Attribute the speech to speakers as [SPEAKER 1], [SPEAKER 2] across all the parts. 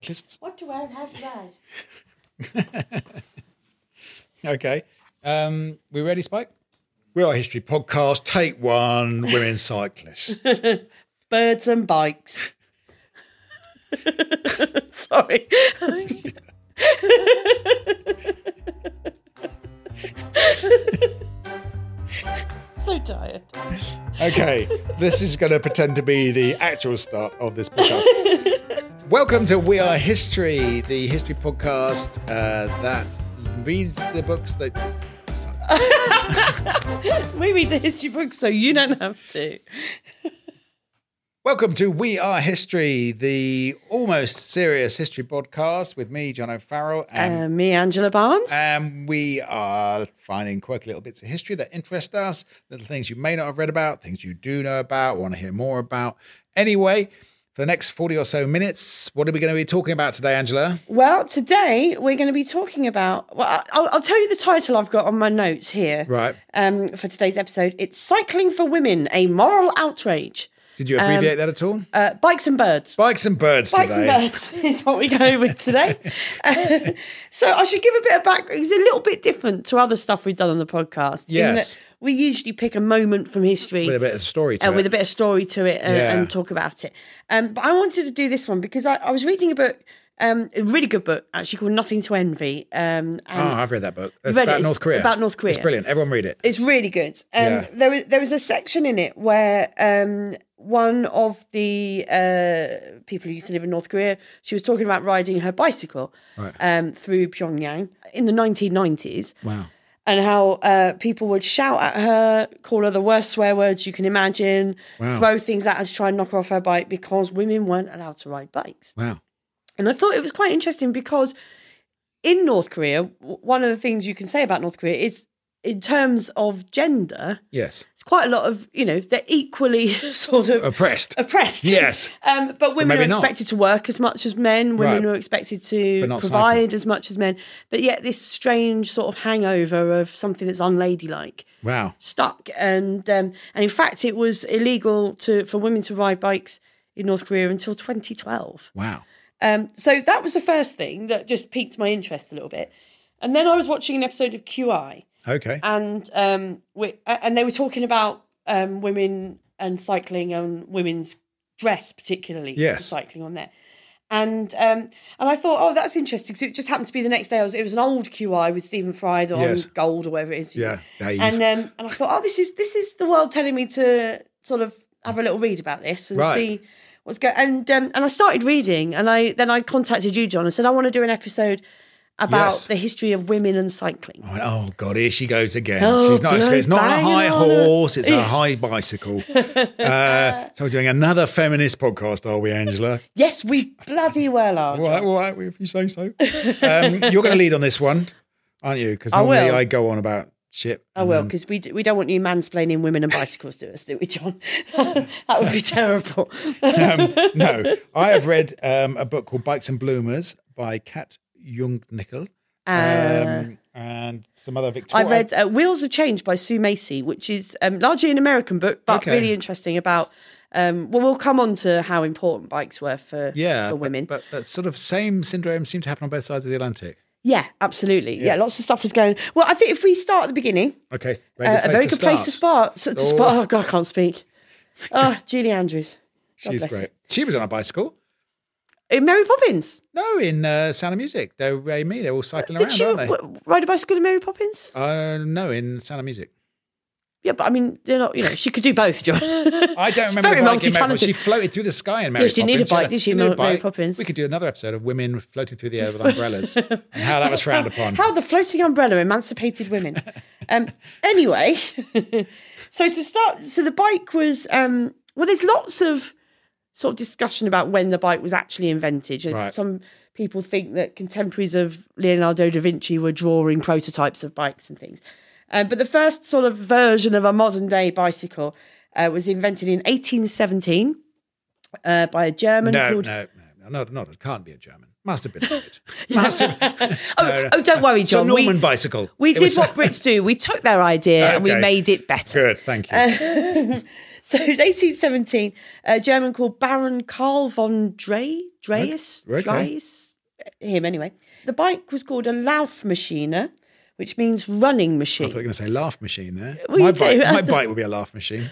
[SPEAKER 1] Just
[SPEAKER 2] What to wear and how to ride.
[SPEAKER 1] okay. Um, we ready, Spike?
[SPEAKER 3] We Are History podcast, take one, women cyclists.
[SPEAKER 4] Birds and bikes. Sorry. so tired.
[SPEAKER 3] Okay, this is going to pretend to be the actual start of this podcast. Welcome to We Are History, the history podcast uh, that reads the books that.
[SPEAKER 4] We read the history books so you don't have to.
[SPEAKER 3] Welcome to We Are History, the almost serious history podcast with me, John O'Farrell, and
[SPEAKER 4] Uh, me, Angela Barnes.
[SPEAKER 3] Um, we are finding quirky little bits of history that interest us, little things you may not have read about, things you do know about, want to hear more about. Anyway, for the next 40 or so minutes, what are we going to be talking about today, Angela?
[SPEAKER 4] well, today we're going to be talking about. Well, I- I'll, I'll tell you the title I've got on my notes here
[SPEAKER 3] Right.
[SPEAKER 4] um, for today's episode. It's Cycling for Women, a Moral Outrage.
[SPEAKER 3] Did you abbreviate that at all?
[SPEAKER 4] Uh, bikes and birds.
[SPEAKER 3] Bikes and birds
[SPEAKER 4] Bikes
[SPEAKER 3] today.
[SPEAKER 4] and birds is what we go with today. Uh, so I should give a bit of background. It's a little bit different to other stuff we've done on the podcast. in
[SPEAKER 3] Yes.
[SPEAKER 4] that we usually pick a moment from history
[SPEAKER 3] With a bit of story to
[SPEAKER 4] uh,
[SPEAKER 3] it.
[SPEAKER 4] with a bit of story to it uh, and,
[SPEAKER 3] Yeah.
[SPEAKER 4] and talk about it. Um, but I wanted to do this one because I, I was reading a book, um, a really good book actually called Nothing to Envy. Um, and
[SPEAKER 3] oh, I've read that book. It's
[SPEAKER 4] read it.
[SPEAKER 3] about
[SPEAKER 4] It's
[SPEAKER 3] North Korea.
[SPEAKER 4] about North
[SPEAKER 3] It's
[SPEAKER 4] Korea.
[SPEAKER 3] brilliant. Everyone read it.
[SPEAKER 4] It's really good. Um,
[SPEAKER 3] Ah. Yeah.
[SPEAKER 4] There was there was a section in it where um, one of the uh, people who used to live in North Korea, she was talking about riding her bicycle
[SPEAKER 3] Right.
[SPEAKER 4] um, through Pyongyang in the 1990s,
[SPEAKER 3] Wow.
[SPEAKER 4] and how uh, people would shout at her, call her the worst swear words you can imagine,
[SPEAKER 3] Wow.
[SPEAKER 4] throw things at her to try and knock her off her bike because women weren't allowed to ride bikes.
[SPEAKER 3] Wow.
[SPEAKER 4] And I thought it was quite interesting because in North Korea, w- one of the things you can say about North Korea is in terms of gender,
[SPEAKER 3] Yes.
[SPEAKER 4] it's quite a lot of, you know, they're equally sort of
[SPEAKER 3] Oppressed.
[SPEAKER 4] oppressed.
[SPEAKER 3] Yes.
[SPEAKER 4] Um, but women
[SPEAKER 3] maybe
[SPEAKER 4] are
[SPEAKER 3] not.
[SPEAKER 4] expected to work as much as men. Women
[SPEAKER 3] Right.
[SPEAKER 4] are expected
[SPEAKER 3] But
[SPEAKER 4] to
[SPEAKER 3] not
[SPEAKER 4] provide as much as men. But yet, this strange sort of hangover of something that's unladylike
[SPEAKER 3] Wow.
[SPEAKER 4] stuck. And um, and in fact, it was illegal to for women to ride bikes in North Korea until 2012.
[SPEAKER 3] Wow.
[SPEAKER 4] Um, so that was the first thing that just piqued my interest a little bit. And then I was watching an episode of QI,
[SPEAKER 3] Okay.
[SPEAKER 4] and um, we, a- and they were talking about um, women and cycling and women's dress, particularly for
[SPEAKER 3] Yes.
[SPEAKER 4] cycling on there. And um, and I thought, oh, that's interesting. So it just happened to be the next day. I was, it was an old QI with Stephen Fry, the
[SPEAKER 3] Yes.
[SPEAKER 4] on gold or whatever it is.
[SPEAKER 3] Yeah. Dave.
[SPEAKER 4] And um, and I thought, oh, this is this is the world telling me to sort of have a little read about this and
[SPEAKER 3] Right.
[SPEAKER 4] see what's going. And um, and I started reading, and I then I contacted you, John, and said I want to do an episode about
[SPEAKER 3] Yes.
[SPEAKER 4] the history of women and cycling.
[SPEAKER 3] I went, oh God, here she goes again.
[SPEAKER 4] Oh,
[SPEAKER 3] She's not.
[SPEAKER 4] blow-
[SPEAKER 3] It's not a
[SPEAKER 4] banging
[SPEAKER 3] high
[SPEAKER 4] on her.
[SPEAKER 3] horse. It's a high bicycle. uh, so we're doing another feminist podcast, are we, Angela?
[SPEAKER 4] Yes, we bloody well are.
[SPEAKER 3] all right, all right. If you say so. Um, you're going to lead on this one, aren't you? Because normally
[SPEAKER 4] will.
[SPEAKER 3] I, go on about shit.
[SPEAKER 4] I will, because Oh, we, d- we don't want you mansplaining women and bicycles to us, do we, John? that would be terrible.
[SPEAKER 3] Um, no, I have read um, a book called Bikes and Bloomers by Kat Jung Nickel um, and some other Victoria.
[SPEAKER 4] Ah. I've read uh, Wheels of Change by Sue Macy, which is um, largely an American book, but
[SPEAKER 3] Okay.
[SPEAKER 4] really interesting about. Um, well, we'll come on to how important bikes were for,
[SPEAKER 3] Yeah,
[SPEAKER 4] for
[SPEAKER 3] but-
[SPEAKER 4] women.
[SPEAKER 3] but, that sort of same syndrome seemed to happen on both sides of the Atlantic.
[SPEAKER 4] yeah, absolutely. Yeah. lots of stuff was going. Well, I think if we start at the beginning,
[SPEAKER 3] Okay,
[SPEAKER 4] uh, a very good place to start. So, to spar-
[SPEAKER 3] Oh.
[SPEAKER 4] oh God, I can't speak. Oh, Julie Andrews, God
[SPEAKER 3] She's
[SPEAKER 4] bless her.
[SPEAKER 3] great. She was on a bicycle.
[SPEAKER 4] Uh, Mary Poppins.
[SPEAKER 3] No, in uh, Sound of Music. They're Ray Me. They're all cycling
[SPEAKER 4] Did
[SPEAKER 3] around,
[SPEAKER 4] she
[SPEAKER 3] aren't they?
[SPEAKER 4] w- ride a bicycle in Mary Poppins?
[SPEAKER 3] uh, no, in Sound of Music.
[SPEAKER 4] Ah, Yeah, but I mean, they're not. You know, she could do both, John.
[SPEAKER 3] I don't remember the bike
[SPEAKER 4] She's very
[SPEAKER 3] in Mary Poppins.
[SPEAKER 4] multi-talented.
[SPEAKER 3] She floated through the sky in Mary
[SPEAKER 4] she didn't need a
[SPEAKER 3] Poppins.
[SPEAKER 4] bike,
[SPEAKER 3] Yeah,
[SPEAKER 4] did she, in
[SPEAKER 3] didn't need a
[SPEAKER 4] Mary
[SPEAKER 3] bike.
[SPEAKER 4] Poppins?
[SPEAKER 3] We could do another episode of women floating through the air with umbrellas and how that was frowned upon.
[SPEAKER 4] How the floating umbrella emancipated women. Um, anyway, so to start, so the bike was um, well. There's lots of sort of discussion about when the bike was actually invented. And
[SPEAKER 3] Right.
[SPEAKER 4] Some people think that contemporaries of Leonardo da Vinci were drawing prototypes of bikes and things. Um, but the first sort of version of a modern day bicycle uh, was invented in 1817 uh, by a German
[SPEAKER 3] no, no,
[SPEAKER 4] called
[SPEAKER 3] no, no, not, not, it can't be a German. Must have been a bit. Must have
[SPEAKER 4] Oh,
[SPEAKER 3] no.
[SPEAKER 4] oh, don't worry,
[SPEAKER 3] It's a
[SPEAKER 4] John.
[SPEAKER 3] Norman
[SPEAKER 4] we,
[SPEAKER 3] bicycle.
[SPEAKER 4] we
[SPEAKER 3] It
[SPEAKER 4] did
[SPEAKER 3] was-
[SPEAKER 4] what Brits do. We took their idea and we
[SPEAKER 3] Okay.
[SPEAKER 4] made it better.
[SPEAKER 3] Good, thank you.
[SPEAKER 4] So it was 1817. A German called Baron Karl von Drey, Dreyes,
[SPEAKER 3] Okay.
[SPEAKER 4] Dreyes, him anyway. The bike was called a Laufmaschine, which means running
[SPEAKER 3] I
[SPEAKER 4] machine.
[SPEAKER 3] thought you were going to say laugh machine there.
[SPEAKER 4] Well,
[SPEAKER 3] my
[SPEAKER 4] you do.
[SPEAKER 3] bike, my bike would be a laugh machine.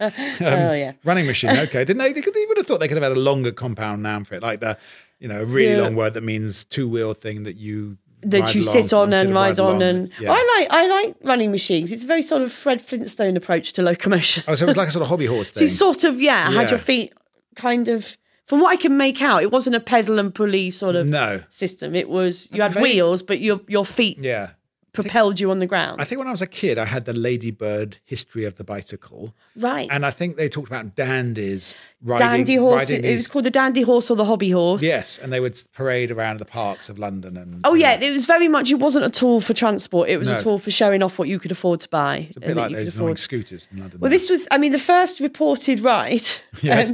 [SPEAKER 4] oh yeah.
[SPEAKER 3] Running machine. Okay. Didn't they? They, could, they would have thought they could have had a longer compound noun for it, like the, you know, a really
[SPEAKER 4] Yeah.
[SPEAKER 3] long word that means two wheel thing that you
[SPEAKER 4] that
[SPEAKER 3] ride
[SPEAKER 4] you
[SPEAKER 3] along
[SPEAKER 4] sit on
[SPEAKER 3] instead
[SPEAKER 4] and
[SPEAKER 3] of
[SPEAKER 4] ride on
[SPEAKER 3] along.
[SPEAKER 4] and
[SPEAKER 3] Yeah.
[SPEAKER 4] I like I like running machines. It's a very sort of Fred Flintstone approach to locomotion.
[SPEAKER 3] Oh, so it was like a sort of hobby horse
[SPEAKER 4] So
[SPEAKER 3] thing.
[SPEAKER 4] you sort of yeah, had
[SPEAKER 3] Yeah.
[SPEAKER 4] your feet kind of from what I can make out, it wasn't a pedal and pulley sort of
[SPEAKER 3] no.
[SPEAKER 4] system. It was you had
[SPEAKER 3] Vague-
[SPEAKER 4] wheels, but your your feet
[SPEAKER 3] Yeah.
[SPEAKER 4] propelled you on the ground.
[SPEAKER 3] I think when I was a kid, I had the Ladybird history of the bicycle.
[SPEAKER 4] right.
[SPEAKER 3] And I think they talked about dandies riding.
[SPEAKER 4] dandy horse.
[SPEAKER 3] riding
[SPEAKER 4] It was
[SPEAKER 3] these,
[SPEAKER 4] called the dandy horse or the hobby horse.
[SPEAKER 3] yes. And they would parade around the parks of London. and
[SPEAKER 4] Oh yeah, it was very much. It wasn't a tool for transport. It was
[SPEAKER 3] No.
[SPEAKER 4] a tool for showing off what you could afford to buy.
[SPEAKER 3] A
[SPEAKER 4] and
[SPEAKER 3] bit
[SPEAKER 4] that
[SPEAKER 3] like
[SPEAKER 4] you could
[SPEAKER 3] those
[SPEAKER 4] afford.
[SPEAKER 3] annoying scooters in London.
[SPEAKER 4] Well, this was, I mean, the first reported ride
[SPEAKER 3] Yes.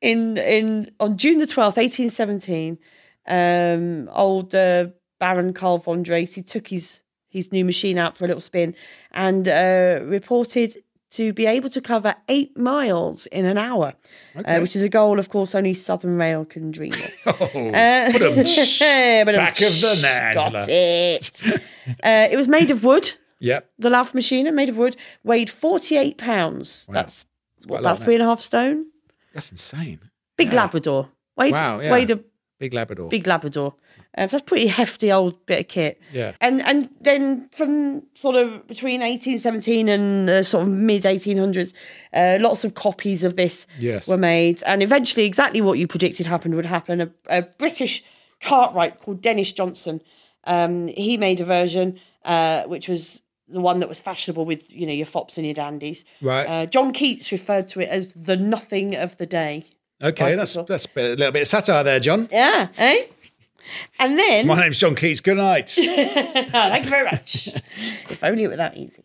[SPEAKER 4] in in on June the twelfth, eighteen seventeen. Um, old uh, Baron Karl von Drace he took his his new machine out for a little spin and uh, reported to be able to cover eight miles in an hour,
[SPEAKER 3] Okay.
[SPEAKER 4] uh, which is a goal, of course, only Southern Rail can dream of.
[SPEAKER 3] Oh,
[SPEAKER 4] Uh,
[SPEAKER 3] ba-dum-tsh.
[SPEAKER 4] Back
[SPEAKER 3] of the net.
[SPEAKER 4] Got it. uh, it was made of wood.
[SPEAKER 3] yep.
[SPEAKER 4] The laugh machine, made of wood, weighed 48 pounds.
[SPEAKER 3] Wow.
[SPEAKER 4] That's
[SPEAKER 3] quite
[SPEAKER 4] what,
[SPEAKER 3] a lot,
[SPEAKER 4] about
[SPEAKER 3] isn't
[SPEAKER 4] three and a half stone.
[SPEAKER 3] That's insane.
[SPEAKER 4] Big
[SPEAKER 3] Yeah.
[SPEAKER 4] Labrador. Weighed,
[SPEAKER 3] Wow, yeah.
[SPEAKER 4] weighed a
[SPEAKER 3] Big Labrador.
[SPEAKER 4] big Labrador. Um, that's a pretty hefty old bit of kit.
[SPEAKER 3] Yeah.
[SPEAKER 4] And and then from sort of between 1817 and uh, sort of mid 1800s, uh, lots of copies of this
[SPEAKER 3] Yes.
[SPEAKER 4] were made. And eventually, exactly what you predicted happened would happen. A, a British cartwright called Dennis Johnson, um, he made a version uh, which was the one that was fashionable with you know your fops and your dandies.
[SPEAKER 3] Right.
[SPEAKER 4] Uh, John Keats referred to it as the nothing of the day.
[SPEAKER 3] Okay,
[SPEAKER 4] bicycle.
[SPEAKER 3] that's that's a, bit- a little bit of satire there, John.
[SPEAKER 4] Yeah, eh? And then
[SPEAKER 3] My name's John Keats. Good night.
[SPEAKER 4] Ah, thank you very much. if only it were that easy.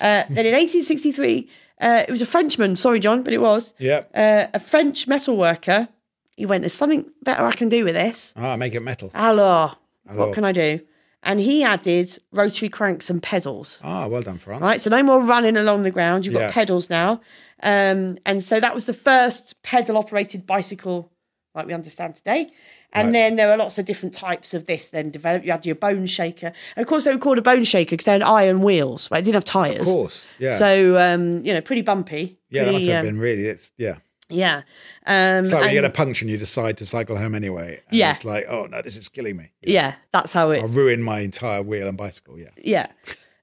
[SPEAKER 4] Uh, then in 1863, uh, it was a Frenchman, sorry, John, but it was
[SPEAKER 3] yep.
[SPEAKER 4] uh, a French metal worker. He went, There's something better I can do with this.
[SPEAKER 3] Ah, make it metal.
[SPEAKER 4] Hello,
[SPEAKER 3] Hello.
[SPEAKER 4] what can I do? And he added rotary cranks and pedals.
[SPEAKER 3] Ah, well done, France.
[SPEAKER 4] Right, so no more running along the ground. You've
[SPEAKER 3] Yeah.
[SPEAKER 4] got pedals now. Um, and so that was the first pedal operated bicycle, like we understand today. And
[SPEAKER 3] Right.
[SPEAKER 4] then there were lots of different types of this then developed. You had your bone shaker. And of course, they were called a bone shaker because they had iron wheels, right? It didn't have tyres.
[SPEAKER 3] Of course. Yeah.
[SPEAKER 4] So, um, you know, pretty bumpy.
[SPEAKER 3] yeah, that
[SPEAKER 4] Pretty,
[SPEAKER 3] must have
[SPEAKER 4] um,
[SPEAKER 3] been really. It's yeah.
[SPEAKER 4] Yeah. Um,
[SPEAKER 3] It's like when you
[SPEAKER 4] and-
[SPEAKER 3] get a puncture and you decide to cycle home anyway. And
[SPEAKER 4] Yeah.
[SPEAKER 3] It's like, oh no, this is killing me.
[SPEAKER 4] yeah, that's how it
[SPEAKER 3] I'll ruin my entire wheel and bicycle. Yeah.
[SPEAKER 4] Yeah.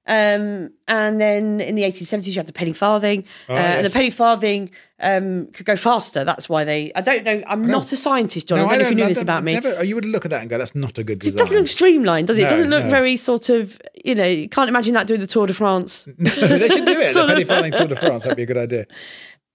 [SPEAKER 4] Um, and then in the 1870s, you had the penny farthing, uh, and the
[SPEAKER 3] yes.
[SPEAKER 4] penny farthing um, could go faster. That's why they. I don't know. I'm not a scientist, John. I don't know if you knew
[SPEAKER 3] I
[SPEAKER 4] this
[SPEAKER 3] don't-
[SPEAKER 4] about me.
[SPEAKER 3] Never, oh, you would look at that and go, that's not a good
[SPEAKER 4] it
[SPEAKER 3] design.
[SPEAKER 4] doesn't look streamlined, does it?
[SPEAKER 3] No,
[SPEAKER 4] it doesn't look
[SPEAKER 3] no.
[SPEAKER 4] very sort of, you know, you can't imagine that doing the Tour de France.
[SPEAKER 3] no, they should do it. The
[SPEAKER 4] Sort of.
[SPEAKER 3] penny farthing Tour de France. That'd be a good idea.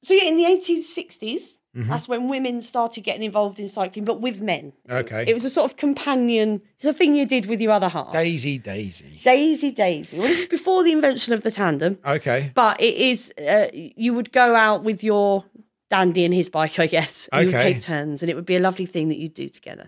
[SPEAKER 4] So, yeah, in the 1860s, that's when women started getting involved in cycling, but with men.
[SPEAKER 3] Okay.
[SPEAKER 4] It was a sort of companion, it's a thing you did with your other half.
[SPEAKER 3] Daisy, Daisy.
[SPEAKER 4] Daisy, Daisy. Well, this is before the invention of the tandem.
[SPEAKER 3] Okay.
[SPEAKER 4] but it is uh, you would go out with your dandy and his bike, I guess. And You would
[SPEAKER 3] Okay.
[SPEAKER 4] take turns, and it would be a lovely thing that you'd do together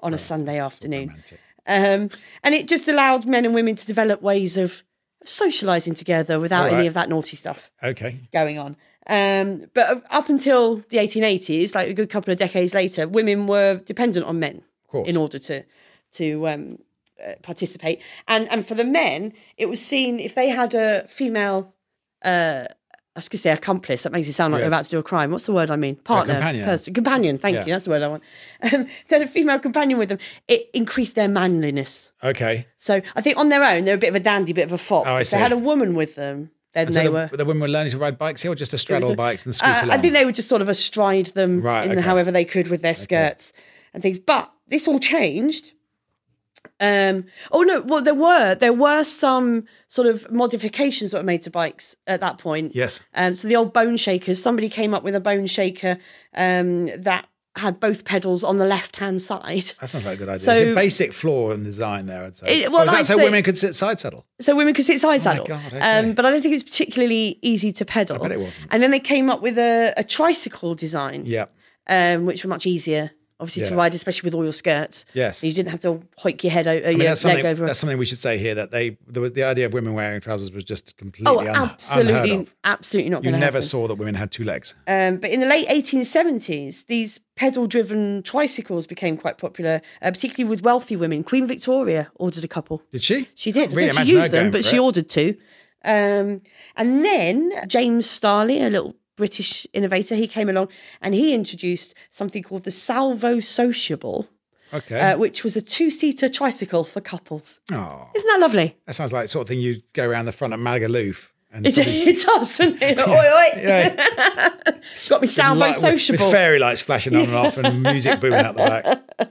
[SPEAKER 4] on a Sunday afternoon.
[SPEAKER 3] romantic.
[SPEAKER 4] Um, and it just allowed men and women to develop ways of socialising together without
[SPEAKER 3] All right.
[SPEAKER 4] any of that naughty stuff
[SPEAKER 3] Okay.
[SPEAKER 4] going on. Um, but up until the 1880s, like a good couple of decades later, women were dependent on men
[SPEAKER 3] course.
[SPEAKER 4] in order to to um, uh, participate. And and for the men, it was seen if they had a female, uh, I was going to say accomplice. That makes it sound like
[SPEAKER 3] Yes.
[SPEAKER 4] they're about to do a crime. What's the word I mean? Partner,
[SPEAKER 3] companion.
[SPEAKER 4] person, companion. Thank
[SPEAKER 3] Yeah.
[SPEAKER 4] you. That's the word I want. Um, if they had a female companion with them. It increased their manliness.
[SPEAKER 3] Okay.
[SPEAKER 4] So I think on their own, they're a bit of a dandy, bit of a fop.
[SPEAKER 3] Oh, I
[SPEAKER 4] If
[SPEAKER 3] see.
[SPEAKER 4] They had a woman with them. Then
[SPEAKER 3] And
[SPEAKER 4] they
[SPEAKER 3] so the,
[SPEAKER 4] were.
[SPEAKER 3] the women were learning to ride bikes here or just to straddle bikes and scoot
[SPEAKER 4] Uh,
[SPEAKER 3] along?
[SPEAKER 4] I think they would just sort of astride them
[SPEAKER 3] Right,
[SPEAKER 4] in
[SPEAKER 3] okay.
[SPEAKER 4] however they could with their skirts and things. But this all changed. Um, oh no! Well, there were there were some sort of modifications that were made to bikes at that point.
[SPEAKER 3] Yes.
[SPEAKER 4] Um, so the old bone shakers. Somebody came up with a bone shaker um, that had both pedals on the left hand side,
[SPEAKER 3] That sounds like a good idea.
[SPEAKER 4] So-
[SPEAKER 3] it's a basic flaw in design there, I'd say.
[SPEAKER 4] It- well,
[SPEAKER 3] oh, is that
[SPEAKER 4] I'd
[SPEAKER 3] so
[SPEAKER 4] say-
[SPEAKER 3] women could sit side saddle?
[SPEAKER 4] so women could sit side saddle.
[SPEAKER 3] Oh God, okay.
[SPEAKER 4] um, but I don't think it was particularly easy to pedal.
[SPEAKER 3] bet it wasn't.
[SPEAKER 4] And then they came up with a, a tricycle design.
[SPEAKER 3] Yeah.
[SPEAKER 4] um, which were much easier obviously to
[SPEAKER 3] Yeah.
[SPEAKER 4] ride, especially with all your skirts.
[SPEAKER 3] Yes.
[SPEAKER 4] So you didn't have to hoik your head over
[SPEAKER 3] I mean,
[SPEAKER 4] your
[SPEAKER 3] that's something,
[SPEAKER 4] leg over.
[SPEAKER 3] that's something we should say here that they the, the idea of women wearing trousers was just completely
[SPEAKER 4] oh,
[SPEAKER 3] un- unheard
[SPEAKER 4] absolutely,
[SPEAKER 3] of.
[SPEAKER 4] absolutely not.
[SPEAKER 3] You
[SPEAKER 4] gonna
[SPEAKER 3] never
[SPEAKER 4] happen.
[SPEAKER 3] saw that women had two legs.
[SPEAKER 4] Um, but in the late 1870s, these pedal driven tricycles became quite popular, uh, particularly with wealthy women. Queen Victoria ordered a couple.
[SPEAKER 3] Did she?
[SPEAKER 4] She did.
[SPEAKER 3] Can't really
[SPEAKER 4] I think she
[SPEAKER 3] imagine her
[SPEAKER 4] used them,
[SPEAKER 3] going
[SPEAKER 4] but
[SPEAKER 3] for
[SPEAKER 4] she
[SPEAKER 3] it.
[SPEAKER 4] ordered two. Um, and then James Starley, a little British innovator, he came along and he introduced something called the Salvo Sociable,
[SPEAKER 3] Okay.
[SPEAKER 4] uh, which was a two seater tricycle for couples.
[SPEAKER 3] Aw.
[SPEAKER 4] Isn't that lovely?
[SPEAKER 3] That sounds like the sort of thing you go around the front of Magaluf and
[SPEAKER 4] It,
[SPEAKER 3] somebody-
[SPEAKER 4] it does, doesn't it? Oi, oi.
[SPEAKER 3] yeah,
[SPEAKER 4] Got me Salvo
[SPEAKER 3] light- with-
[SPEAKER 4] Sociable.
[SPEAKER 3] with fairy lights flashing on and off and music booming out the back.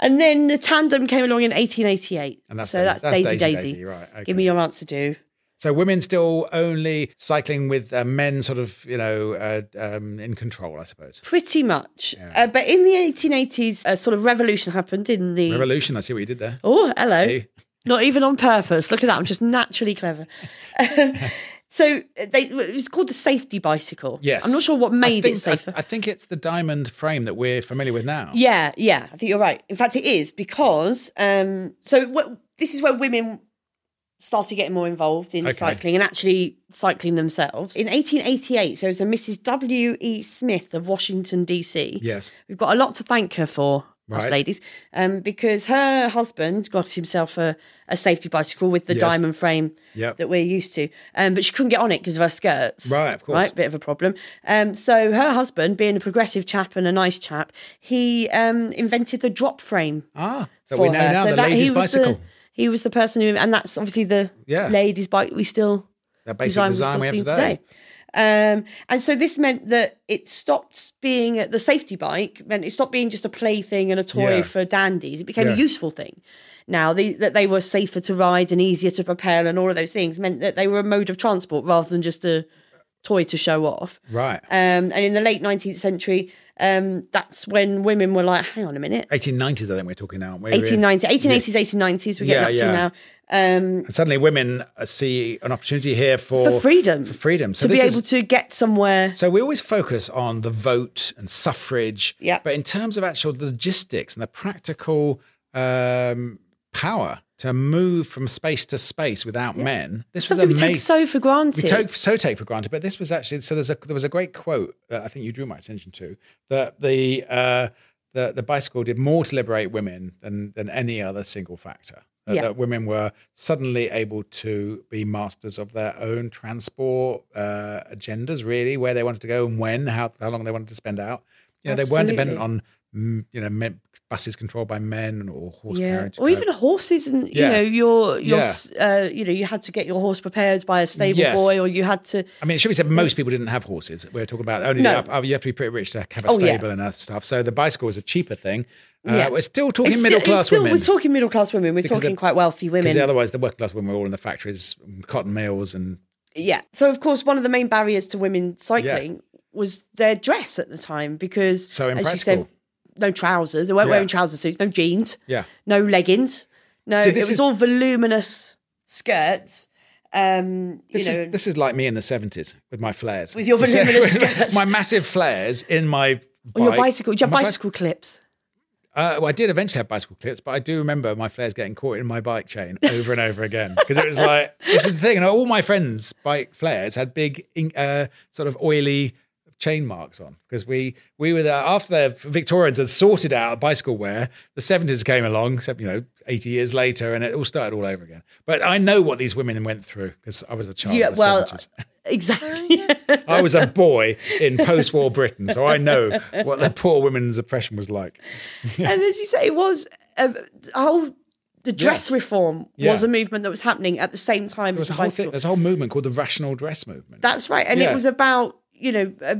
[SPEAKER 4] And then the tandem came along in 1888.
[SPEAKER 3] And that's
[SPEAKER 4] so
[SPEAKER 3] Daisy-
[SPEAKER 4] that's,
[SPEAKER 3] that's
[SPEAKER 4] Daisy,
[SPEAKER 3] Daisy
[SPEAKER 4] Daisy
[SPEAKER 3] Daisy, right, okay.
[SPEAKER 4] Give me your answer, do.
[SPEAKER 3] So women still only cycling with uh, men, sort of you know, uh, um, in control, I suppose.
[SPEAKER 4] Pretty much. Uh, but in the 1880s, a sort of revolution happened in the.
[SPEAKER 3] Revolution. I see what you did there.
[SPEAKER 4] Oh, hello.
[SPEAKER 3] Hey.
[SPEAKER 4] Not even on purpose. Look at that. I'm just naturally clever. Um, so they, it was called the safety bicycle.
[SPEAKER 3] Yes.
[SPEAKER 4] I'm not sure what made
[SPEAKER 3] I think,
[SPEAKER 4] it safer.
[SPEAKER 3] I, I think it's the diamond frame that we're familiar with now.
[SPEAKER 4] Yeah, yeah, I think you're right. In fact, it is because um, so w- this is where women started getting more involved in
[SPEAKER 3] Okay.
[SPEAKER 4] cycling and actually cycling themselves. In 1888, so it was a Mrs. W. E. Smith of Washington D.C.
[SPEAKER 3] Yes.
[SPEAKER 4] We've got a lot to thank her for, us
[SPEAKER 3] Right.
[SPEAKER 4] ladies, um, because her husband got himself a, a safety bicycle with the
[SPEAKER 3] Yes.
[SPEAKER 4] diamond frame
[SPEAKER 3] Yep.
[SPEAKER 4] that we're used to. Um, but she couldn't get on it because of her skirts.
[SPEAKER 3] Right, of course.
[SPEAKER 4] Right, bit of a problem. Um, so her husband, being a progressive chap and a nice chap, he um, invented the drop frame
[SPEAKER 3] Ah, that
[SPEAKER 4] for
[SPEAKER 3] we know
[SPEAKER 4] her.
[SPEAKER 3] now.
[SPEAKER 4] so
[SPEAKER 3] the
[SPEAKER 4] that
[SPEAKER 3] ladies'
[SPEAKER 4] he was
[SPEAKER 3] bicycle.
[SPEAKER 4] The, he was the person who, and that's obviously the
[SPEAKER 3] Yeah.
[SPEAKER 4] ladies' bike we still
[SPEAKER 3] that basic
[SPEAKER 4] we
[SPEAKER 3] design
[SPEAKER 4] still
[SPEAKER 3] we have
[SPEAKER 4] see
[SPEAKER 3] today.
[SPEAKER 4] Um, and so this meant that it stopped being the safety bike, meant it stopped being just a plaything and a toy
[SPEAKER 3] Yeah.
[SPEAKER 4] for dandies. It became a
[SPEAKER 3] Yeah.
[SPEAKER 4] useful thing. Now they, that they were safer to ride and easier to propel and all of those things meant that they were a mode of transport rather than just a toy to show off.
[SPEAKER 3] Right.
[SPEAKER 4] Um, and in the late 19th century, um, that's when women were like, hang on a minute.
[SPEAKER 3] 1890s, I think we're talking now, aren't we?
[SPEAKER 4] 1890, 1880s, 1890s, we're
[SPEAKER 3] Yeah,
[SPEAKER 4] getting up to
[SPEAKER 3] yeah.
[SPEAKER 4] now. Um,
[SPEAKER 3] And suddenly women uh, see an opportunity here for,
[SPEAKER 4] for freedom,
[SPEAKER 3] for freedom. So
[SPEAKER 4] to be
[SPEAKER 3] this is-
[SPEAKER 4] able to get somewhere.
[SPEAKER 3] So we always focus on the vote and suffrage,
[SPEAKER 4] Yeah.
[SPEAKER 3] But in terms of actual logistics and the practical um, power to move from space to space without men, this
[SPEAKER 4] Something we
[SPEAKER 3] was amazing.
[SPEAKER 4] take so for granted.
[SPEAKER 3] We take, so take for granted, but this was actually so. There's a there was a great quote that I think you drew my attention to that the uh, the the bicycle did more to liberate women than than any other single factor. That,
[SPEAKER 4] Yeah.
[SPEAKER 3] that women were suddenly able to be masters of their own transport uh, agendas, really, where they wanted to go and when, how how long they wanted to spend out. You know, they weren't dependent on mm, you know men, buses controlled by men or horse
[SPEAKER 4] yeah,
[SPEAKER 3] carriage.
[SPEAKER 4] or even horses, and you
[SPEAKER 3] Yeah.
[SPEAKER 4] know your your
[SPEAKER 3] Yeah.
[SPEAKER 4] s uh, you know you had to get your horse prepared by a stable
[SPEAKER 3] Yes.
[SPEAKER 4] boy, or you had to
[SPEAKER 3] I mean, it should be said most people didn't have horses. We're talking about only
[SPEAKER 4] No.
[SPEAKER 3] the up, up- you have to be pretty rich to have a
[SPEAKER 4] Oh, yeah.
[SPEAKER 3] stable and that stuff. So the bicycle was a cheaper thing. Uh,
[SPEAKER 4] Yeah.
[SPEAKER 3] We're still talking
[SPEAKER 4] It's
[SPEAKER 3] middle
[SPEAKER 4] still- it's
[SPEAKER 3] class
[SPEAKER 4] still-
[SPEAKER 3] women.
[SPEAKER 4] We're talking middle class women. We're
[SPEAKER 3] Because
[SPEAKER 4] talking
[SPEAKER 3] the-
[SPEAKER 4] quite wealthy
[SPEAKER 3] because
[SPEAKER 4] women.
[SPEAKER 3] otherwise, the working class women were all in the factories, cotton mills, and
[SPEAKER 4] yeah. So of course, one of the main barriers to women cycling was their dress at the time because
[SPEAKER 3] So
[SPEAKER 4] as you said,
[SPEAKER 3] impractical.
[SPEAKER 4] no trousers. They weren't
[SPEAKER 3] Yeah.
[SPEAKER 4] wearing trouser suits. No jeans.
[SPEAKER 3] yeah.
[SPEAKER 4] No leggings. No,
[SPEAKER 3] See,
[SPEAKER 4] it
[SPEAKER 3] this
[SPEAKER 4] was
[SPEAKER 3] is-
[SPEAKER 4] all voluminous skirts. Um, you
[SPEAKER 3] This
[SPEAKER 4] know,
[SPEAKER 3] is this is like me in the seventies with my flares,
[SPEAKER 4] With your voluminous skirts.
[SPEAKER 3] my massive flares in my
[SPEAKER 4] on your bicycle. Did you have
[SPEAKER 3] my bi-
[SPEAKER 4] bicycle clips?
[SPEAKER 3] Uh, well, I did eventually have bicycle clips, but I do remember my flares getting caught in my bike chain over and over again because it was like this is the thing, and all my friends' bike flares had big, ink- uh, sort of oily chain marks on because we we were there after the Victorians had sorted out bicycle wear. The seventies came along, except you know eighty years later, and it all started all over again. But I know what these women went through because I was a child.
[SPEAKER 4] Yeah,
[SPEAKER 3] of Oh, the
[SPEAKER 4] well,
[SPEAKER 3] 70s.
[SPEAKER 4] exactly.
[SPEAKER 3] I was a boy in post-war Britain, so I know what the poor women's oppression was like.
[SPEAKER 4] and as you say, it was um, a whole the dress reform
[SPEAKER 3] Yeah.
[SPEAKER 4] was a movement that was happening at the same time as
[SPEAKER 3] There's
[SPEAKER 4] the
[SPEAKER 3] a whole thing,
[SPEAKER 4] bicycle.
[SPEAKER 3] there's a whole movement called the rational dress movement.
[SPEAKER 4] That's right, and it
[SPEAKER 3] Yeah.
[SPEAKER 4] was about you know uh,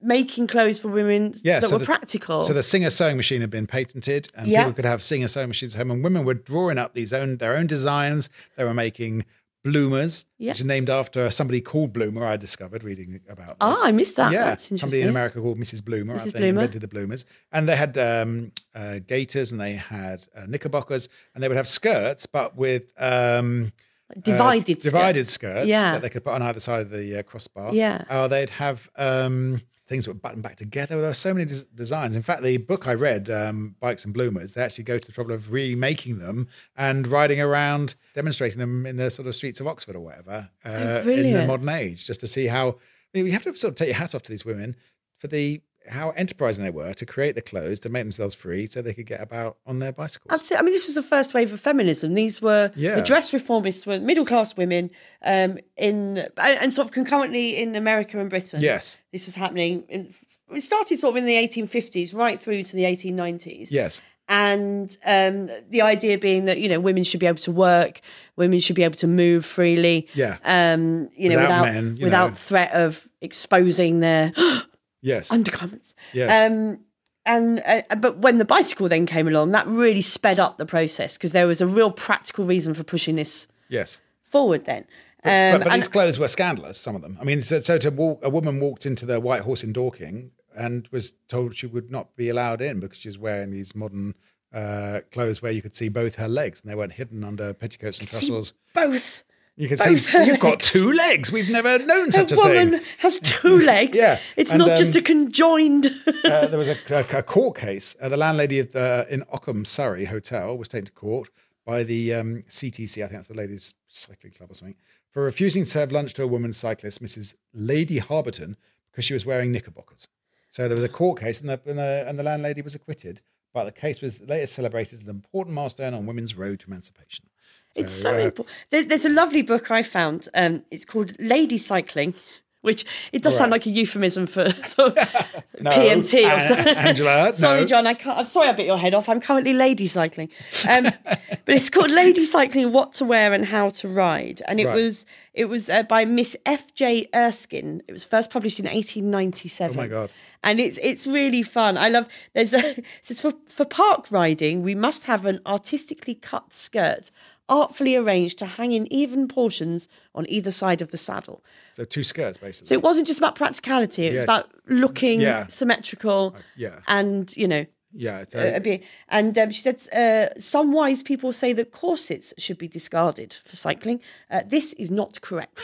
[SPEAKER 4] making clothes for women
[SPEAKER 3] Yeah,
[SPEAKER 4] that
[SPEAKER 3] so
[SPEAKER 4] were
[SPEAKER 3] the-
[SPEAKER 4] practical.
[SPEAKER 3] so the singer sewing machine had been patented, and
[SPEAKER 4] Yeah.
[SPEAKER 3] people could have singer sewing machines at home. And women were drawing up these own their own designs. They were making bloomers,
[SPEAKER 4] Yeah.
[SPEAKER 3] which is named after somebody called Bloomer. I discovered reading about.
[SPEAKER 4] ah,
[SPEAKER 3] this.
[SPEAKER 4] I missed that.
[SPEAKER 3] yeah,
[SPEAKER 4] That's
[SPEAKER 3] somebody in
[SPEAKER 4] interesting.
[SPEAKER 3] America called Mrs. Bloomer. I
[SPEAKER 4] Mrs.
[SPEAKER 3] think
[SPEAKER 4] Bloomer.
[SPEAKER 3] invented the bloomers, and they had um, uh, gaiters and they had uh, knickerbockers, and they would have skirts, but with um, uh,
[SPEAKER 4] divided, skirts.
[SPEAKER 3] divided skirts
[SPEAKER 4] Yeah.
[SPEAKER 3] that they could put on either side of the uh, crossbar.
[SPEAKER 4] Yeah.
[SPEAKER 3] or they'd have um, things that were buttoned back together. There were so many des- designs. In fact, the book I read, um, Bikes and Bloomers, they actually go to the trouble of remaking them and riding around, demonstrating them in the sort of streets of Oxford or whatever uh, in the
[SPEAKER 4] Oh, brilliant.
[SPEAKER 3] modern age, just to see how. I mean, you have to sort of take your hat off to these women for the how enterprising they were to create the clothes to make themselves free, so they could get about on their bicycles.
[SPEAKER 4] Absolutely. I mean, this is the first wave of feminism. These were
[SPEAKER 3] Yeah.
[SPEAKER 4] the dress reformists were middle class women um, in and, and sort of concurrently in America and Britain.
[SPEAKER 3] Yes,
[SPEAKER 4] this was happening. In, it started sort of in the 1850s, right through to the 1890s.
[SPEAKER 3] yes,
[SPEAKER 4] and um, the idea being that you know women should be able to work, women should be able to move freely.
[SPEAKER 3] Yeah.
[SPEAKER 4] Um, you know,
[SPEAKER 3] Without
[SPEAKER 4] without
[SPEAKER 3] men, you
[SPEAKER 4] without
[SPEAKER 3] know.
[SPEAKER 4] threat of exposing their
[SPEAKER 3] yes,
[SPEAKER 4] undergarments.
[SPEAKER 3] yes,
[SPEAKER 4] Um, and uh, but when the bicycle then came along, that really sped up the process because there was a real practical reason for pushing this
[SPEAKER 3] yes.
[SPEAKER 4] forward. Then,
[SPEAKER 3] but,
[SPEAKER 4] um,
[SPEAKER 3] but
[SPEAKER 4] and
[SPEAKER 3] these clothes were scandalous. Some of them. I mean, so, so to walk, a woman walked into the White Horse in Dorking and was told she would not be allowed in because she was wearing these modern uh, clothes where you could see both her legs and they weren't hidden under petticoats and trussels.
[SPEAKER 4] both
[SPEAKER 3] You could
[SPEAKER 4] both
[SPEAKER 3] see
[SPEAKER 4] her
[SPEAKER 3] you've got
[SPEAKER 4] legs."
[SPEAKER 3] two legs. We've never known
[SPEAKER 4] a
[SPEAKER 3] such a,
[SPEAKER 4] woman
[SPEAKER 3] thing.
[SPEAKER 4] has two legs.
[SPEAKER 3] Yeah.
[SPEAKER 4] it's
[SPEAKER 3] And,
[SPEAKER 4] not
[SPEAKER 3] um,
[SPEAKER 4] just a conjoined.
[SPEAKER 3] Uh, there was a, a, a court case. Uh, the landlady of the, in Ockham, Surrey hotel was taken to court by the um, CTC. I think that's the Ladies Cycling Club or something for refusing to serve lunch to a woman cyclist, Mrs. Lady Harberton, because she was wearing knickerbockers. So there was a court case, and the, and the, and the landlady was acquitted. But the case was later celebrated as an important milestone on women's road to emancipation.
[SPEAKER 4] It's so
[SPEAKER 3] uh,
[SPEAKER 4] important. There's, there's a lovely book I found. Um, it's called Lady Cycling, which it does sound
[SPEAKER 3] Right.
[SPEAKER 4] like a euphemism for sort of
[SPEAKER 3] No,
[SPEAKER 4] PMT or
[SPEAKER 3] An-
[SPEAKER 4] something.
[SPEAKER 3] Oh, Angela,
[SPEAKER 4] Sorry,
[SPEAKER 3] no.
[SPEAKER 4] John. I can't. I'm sorry. I bit your head off. I'm currently lady cycling, um, but it's called Lady Cycling: What to Wear and How to Ride, and it
[SPEAKER 3] Right.
[SPEAKER 4] was it was uh, by Miss F. J. Erskine. It was first published in 1897.
[SPEAKER 3] Oh my God.
[SPEAKER 4] And it's it's really fun. I love. There's a it says for for park riding, we must have an artistically cut skirt, artfully arranged to hang in even portions on either side of the saddle.
[SPEAKER 3] So two skirts, basically.
[SPEAKER 4] So it wasn't just about practicality. It was
[SPEAKER 3] Yeah.
[SPEAKER 4] about looking
[SPEAKER 3] Yeah. Uh,
[SPEAKER 4] symmetrical.
[SPEAKER 3] yeah.
[SPEAKER 4] And you know,
[SPEAKER 3] yeah, it's
[SPEAKER 4] uh,
[SPEAKER 3] a-
[SPEAKER 4] be- and um, she said, uh, some wise people say that corsets should be discarded for cycling. Uh, this is not correct.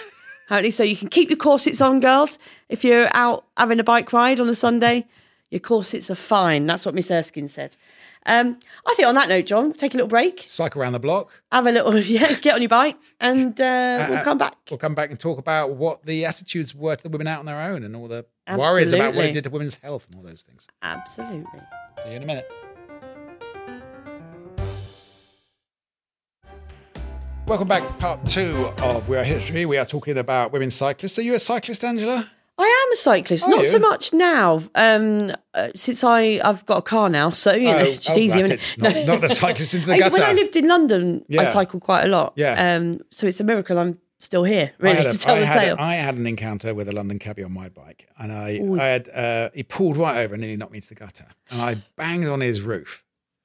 [SPEAKER 4] Apparently, so you can keep your corsets on, girls. If you're out having a bike ride on a Sunday, your corsets are fine. That's what Miss Erskine said. Um, I think on that note, John, take a little break,
[SPEAKER 3] cycle around the block.
[SPEAKER 4] have a little, yeah, get on your bike, and uh, we'll come back.
[SPEAKER 3] We'll come back and talk about what the attitudes were to the women out on their own and all the worries about what
[SPEAKER 4] Absolutely.
[SPEAKER 3] it did to women's health and all those things.
[SPEAKER 4] Absolutely.
[SPEAKER 3] See you in a minute. Welcome back, part two of We Are History. We are talking about women cyclists. Are you a cyclist, Angela?
[SPEAKER 4] I am a cyclist, not
[SPEAKER 3] you?
[SPEAKER 4] so much now. Um, uh, since I I've got a car now, so you know
[SPEAKER 3] oh,
[SPEAKER 4] it's just easier.
[SPEAKER 3] that's
[SPEAKER 4] isn't
[SPEAKER 3] it.
[SPEAKER 4] it?
[SPEAKER 3] Not, not the cyclist into the
[SPEAKER 4] I-
[SPEAKER 3] gutter.
[SPEAKER 4] When I lived in London, I
[SPEAKER 3] Yeah.
[SPEAKER 4] cycled quite a lot.
[SPEAKER 3] Yeah.
[SPEAKER 4] Um, so it's a miracle I'm still here,
[SPEAKER 3] I
[SPEAKER 4] really,
[SPEAKER 3] had a-
[SPEAKER 4] to tell
[SPEAKER 3] I
[SPEAKER 4] the
[SPEAKER 3] had a-
[SPEAKER 4] tale.
[SPEAKER 3] I had an encounter with a London cabbie on my bike, and I, I had uh, he pulled right over and nearly knocked me into the gutter, and I banged on his roof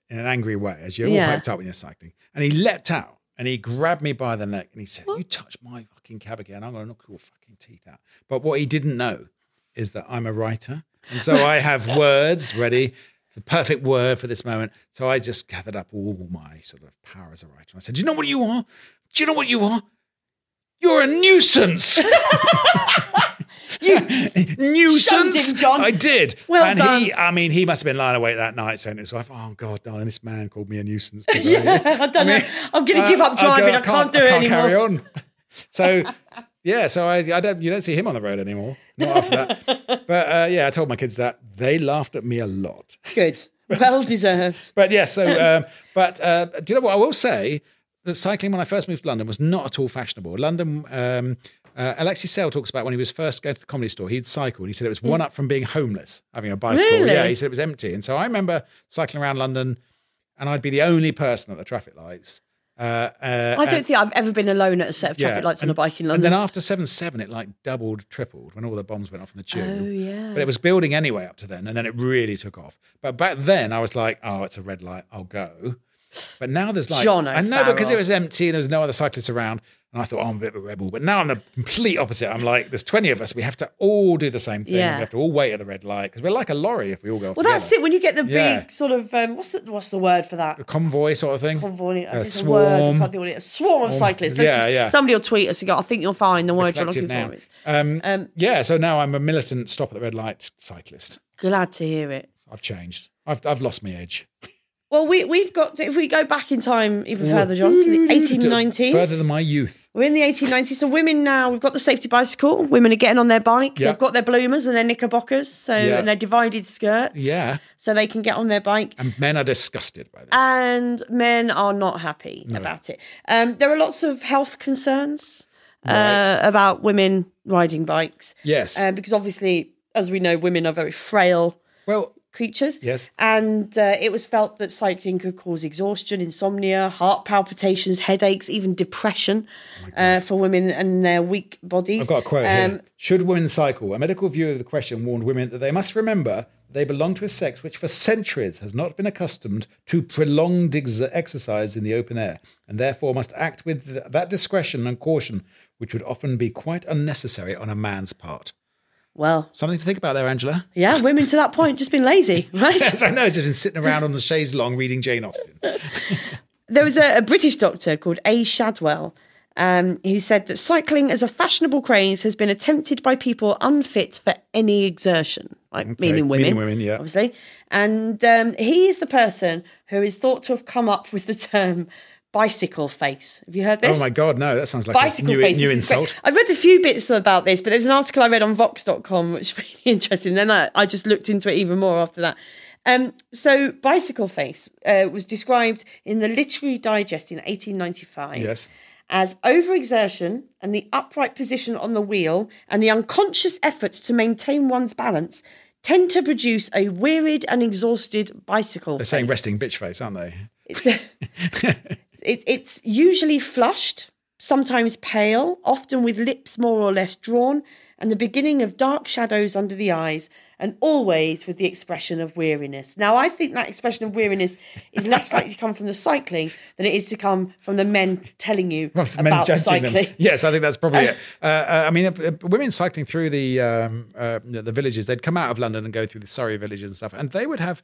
[SPEAKER 3] in an angry way, as you're
[SPEAKER 4] Yeah.
[SPEAKER 3] all hyped up when you're cycling, and he leapt out and he grabbed me by the neck and he said, "You touch my fucking cab again, I'm going to knock your fucking teeth out." But what he didn't know is that I'm a writer, and so I have words ready. The perfect word for this moment. So I just gathered up all my sort of power as a writer. I said, Do you know what you are? Do you know what you are? You're a nuisance. nuisance.
[SPEAKER 4] shoved him, John.
[SPEAKER 3] I did.
[SPEAKER 4] Well
[SPEAKER 3] and he,
[SPEAKER 4] done.
[SPEAKER 3] I mean, he must have been lying awake that night saying to his wife, Oh, God, darling, this man called me a nuisance. Today. Uh,
[SPEAKER 4] I don't know. I'm going to give up driving. I, can't, do it anymore.
[SPEAKER 3] Carry on. So, yeah, so I, I don't, you don't see him on the road anymore. Not after that. But uh, yeah, I told my kids that. They laughed at me a lot.
[SPEAKER 4] Good. Well deserved.
[SPEAKER 3] But yeah, so um, but uh, do you know what I will say? That cycling when I first moved to London was not at all fashionable. London, um, uh, Alexis Sale talks about when he was first going to the comedy store, he'd cycle and he said it was one up from being homeless, having a bicycle.
[SPEAKER 4] Mm. Really?
[SPEAKER 3] Yeah, he said it was empty. And so I remember cycling around London and I'd be the only person at the traffic lights. Uh, uh,
[SPEAKER 4] I
[SPEAKER 3] and-
[SPEAKER 4] don't think I've ever been alone at a set of traffic lights on
[SPEAKER 3] and-
[SPEAKER 4] a bike in
[SPEAKER 3] And
[SPEAKER 4] London.
[SPEAKER 3] then after 7 7, it like doubled, tripled when all the bombs went off in the tube.
[SPEAKER 4] Oh, yeah.
[SPEAKER 3] But it was building anyway up to then. And then it really took off. But back then, I was like, oh, it's a red light. I'll go. But now there's like.
[SPEAKER 4] John
[SPEAKER 3] I know because it
[SPEAKER 4] O'Farrell.
[SPEAKER 3] was empty and there was no other cyclists around. And I thought, oh, I'm a bit of a rebel. But now I'm the complete opposite. I'm like, there's 20 of us. We have to all do the same thing.
[SPEAKER 4] Yeah.
[SPEAKER 3] We have to all wait at the red light because we're like a lorry if we all go.
[SPEAKER 4] Well, that's it. When you get the
[SPEAKER 3] Yeah.
[SPEAKER 4] big sort of um, what's the, what's the word for that?
[SPEAKER 3] A convoy sort of thing.
[SPEAKER 4] Convoy.
[SPEAKER 3] a
[SPEAKER 4] It's a word. I
[SPEAKER 3] swarm.
[SPEAKER 4] can't think of what it is. A swarm of cyclists. Let's
[SPEAKER 3] Yeah,
[SPEAKER 4] just-
[SPEAKER 3] yeah.
[SPEAKER 4] Somebody will tweet us and go, "I think you'll find the word you're
[SPEAKER 3] Collective
[SPEAKER 4] looking
[SPEAKER 3] now.
[SPEAKER 4] for." It's
[SPEAKER 3] Um,
[SPEAKER 4] Um,
[SPEAKER 3] yeah, so now I'm a militant stop at the red light cyclist.
[SPEAKER 4] glad to hear it.
[SPEAKER 3] I've changed. I've I've lost my edge.
[SPEAKER 4] Well, we we've got to, if we go back in time even further, John, to the
[SPEAKER 3] Further
[SPEAKER 4] 1890s.
[SPEAKER 3] than my youth.
[SPEAKER 4] We're in the 1890s, so women now we've got the safety bicycle. Women are getting on their bike.
[SPEAKER 3] Yeah.
[SPEAKER 4] They've got their bloomers and their knickerbockers, so
[SPEAKER 3] Yeah.
[SPEAKER 4] and their divided skirts,
[SPEAKER 3] Yeah.
[SPEAKER 4] so they can get on their bike.
[SPEAKER 3] And men are disgusted by this.
[SPEAKER 4] Uh, and men are not happy about it. Um, there are lots of health concerns
[SPEAKER 3] Right.
[SPEAKER 4] uh, about women riding bikes
[SPEAKER 3] yes.
[SPEAKER 4] um, because obviously, as we know, women are very frail
[SPEAKER 3] well,
[SPEAKER 4] creatures.
[SPEAKER 3] Yes.
[SPEAKER 4] And uh, it was felt that cycling could cause exhaustion, insomnia, heart palpitations, headaches, even depression uh, for women and their weak bodies.
[SPEAKER 3] Oh I've got a quote
[SPEAKER 4] Um,
[SPEAKER 3] here. Should women cycle? A medical view of the question warned women that they must remember they belong to a sex which for centuries has not been accustomed to prolonged ex- exercise in the open air and therefore must act with th- that discretion and caution which would often be quite unnecessary on a man's part.
[SPEAKER 4] Well,
[SPEAKER 3] Something to think about there, Angela.
[SPEAKER 4] yeah, women to that point just been lazy, right?
[SPEAKER 3] Yes, I know. Just been sitting around on the chaise long reading Jane Austen.
[SPEAKER 4] There was a, a British doctor called A. Shadwell um, who said that cycling as a fashionable craze has been attempted by people unfit for any exertion, like meaning women.
[SPEAKER 3] meaning women, yeah.
[SPEAKER 4] Obviously. And um, he is the person who is thought to have come up with the term bicycle face. Have you heard this?
[SPEAKER 3] Oh my God, no! That sounds like
[SPEAKER 4] bicycle
[SPEAKER 3] a new,
[SPEAKER 4] faces.
[SPEAKER 3] new
[SPEAKER 4] is great.
[SPEAKER 3] insult.
[SPEAKER 4] I've read a few bits about this, but there's an article I read on Vox.com which is really interesting. Then I, I just looked into it even more after that. Um, so, bicycle face uh, was described in the Literary Digest in 1895
[SPEAKER 3] Yes.
[SPEAKER 4] as overexertion and the upright position on the wheel and the unconscious efforts to maintain one's balance tend to produce a wearied and exhausted bicycle.
[SPEAKER 3] They're saying resting bitch face, aren't they?
[SPEAKER 4] It's it, it's usually flushed, sometimes pale, often with lips more or less drawn, and the beginning of dark shadows under the eyes, and always with the expression of weariness. Now, I think that expression of weariness is less likely to come from the cycling than it is to come from the men telling you
[SPEAKER 3] Rather than men
[SPEAKER 4] about the
[SPEAKER 3] judging them.
[SPEAKER 4] cycling.
[SPEAKER 3] Yes, I think that's probably it. Uh, uh, I mean, uh, uh, women cycling through the um, uh, the villages, they'd come out of London and go through the Surrey village and stuff, and they would have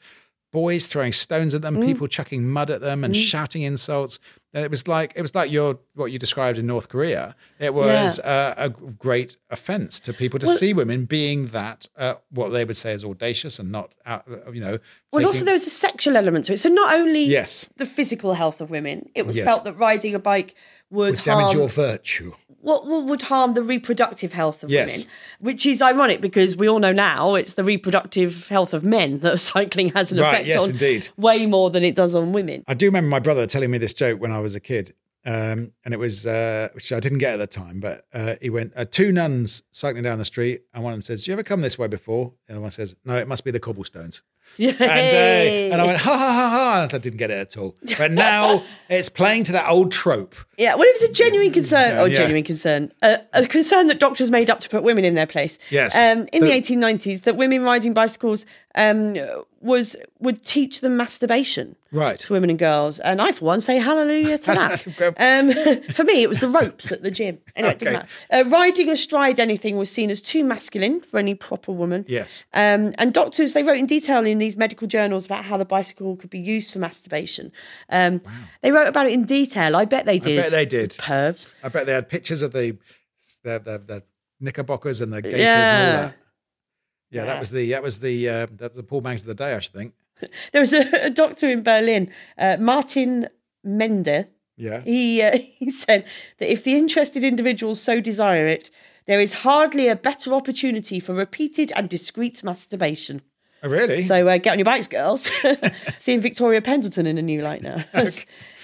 [SPEAKER 3] boys throwing stones at them,
[SPEAKER 4] Mm.
[SPEAKER 3] people chucking mud at them, and shouting insults. And It was like it was like your what you described in North Korea. It was uh, a great offence to people to see women being that uh, what they would say is audacious and not out, uh, you know.
[SPEAKER 4] Well, also
[SPEAKER 3] taking-
[SPEAKER 4] there was a sexual element to it. So not only
[SPEAKER 3] Yes.
[SPEAKER 4] the physical health of women, it was
[SPEAKER 3] Yes.
[SPEAKER 4] felt that riding a bike would,
[SPEAKER 3] damage
[SPEAKER 4] harm
[SPEAKER 3] your virtue.
[SPEAKER 4] what what would harm the reproductive health of
[SPEAKER 3] Yes.
[SPEAKER 4] women, which is ironic because we all know now it's the reproductive health of men that cycling has an
[SPEAKER 3] Right,
[SPEAKER 4] effect
[SPEAKER 3] yes,
[SPEAKER 4] on
[SPEAKER 3] indeed.
[SPEAKER 4] way more than it does on women.
[SPEAKER 3] I do remember my brother telling me this joke when I was a kid, um, and it was uh, which I didn't get at the time. But uh, he went, uh, two nuns cycling down the street, and one of them says, "You ever come this way before?" The other one says, "No, it must be the cobblestones."
[SPEAKER 4] Yeah.
[SPEAKER 3] And, uh, and I went, "Ha ha ha ha!" And I didn't get it at all. But now it's playing to that old trope.
[SPEAKER 4] yeah, well, it was a genuine concern, or
[SPEAKER 3] yeah.
[SPEAKER 4] genuine concern, a, a concern that doctors made up to put women in their place.
[SPEAKER 3] Yes.
[SPEAKER 4] Um, in
[SPEAKER 3] The-
[SPEAKER 4] the 1890s, that women riding bicycles um, was would teach them masturbation.
[SPEAKER 3] Right.
[SPEAKER 4] to women and girls. And I, for one, say hallelujah to that. um, for me, it was the ropes at the gym. Anyway, it doesn't
[SPEAKER 3] Okay.
[SPEAKER 4] matter. Uh, riding astride anything was seen as too masculine for any proper woman.
[SPEAKER 3] Yes.
[SPEAKER 4] Um, and doctors, they wrote in detail in these medical journals about how the bicycle could be used for masturbation. Um, They wrote about it in detail. I bet they did.
[SPEAKER 3] bet they did.
[SPEAKER 4] Pervs.
[SPEAKER 3] I bet they had pictures of the the the, the knickerbockers and the gaiters and
[SPEAKER 4] Yeah.
[SPEAKER 3] all that. Yeah, that was the that was the uh, that's the Paul Banks of the day, I should think.
[SPEAKER 4] There was a, a doctor in Berlin, uh, Martin Mende,
[SPEAKER 3] Yeah.
[SPEAKER 4] He uh, he said that if the interested individuals so desire it, there is hardly a better opportunity for repeated and discreet masturbation.
[SPEAKER 3] Oh, really?
[SPEAKER 4] So uh, get on your bikes, girls. Seeing Victoria Pendleton in a new light now.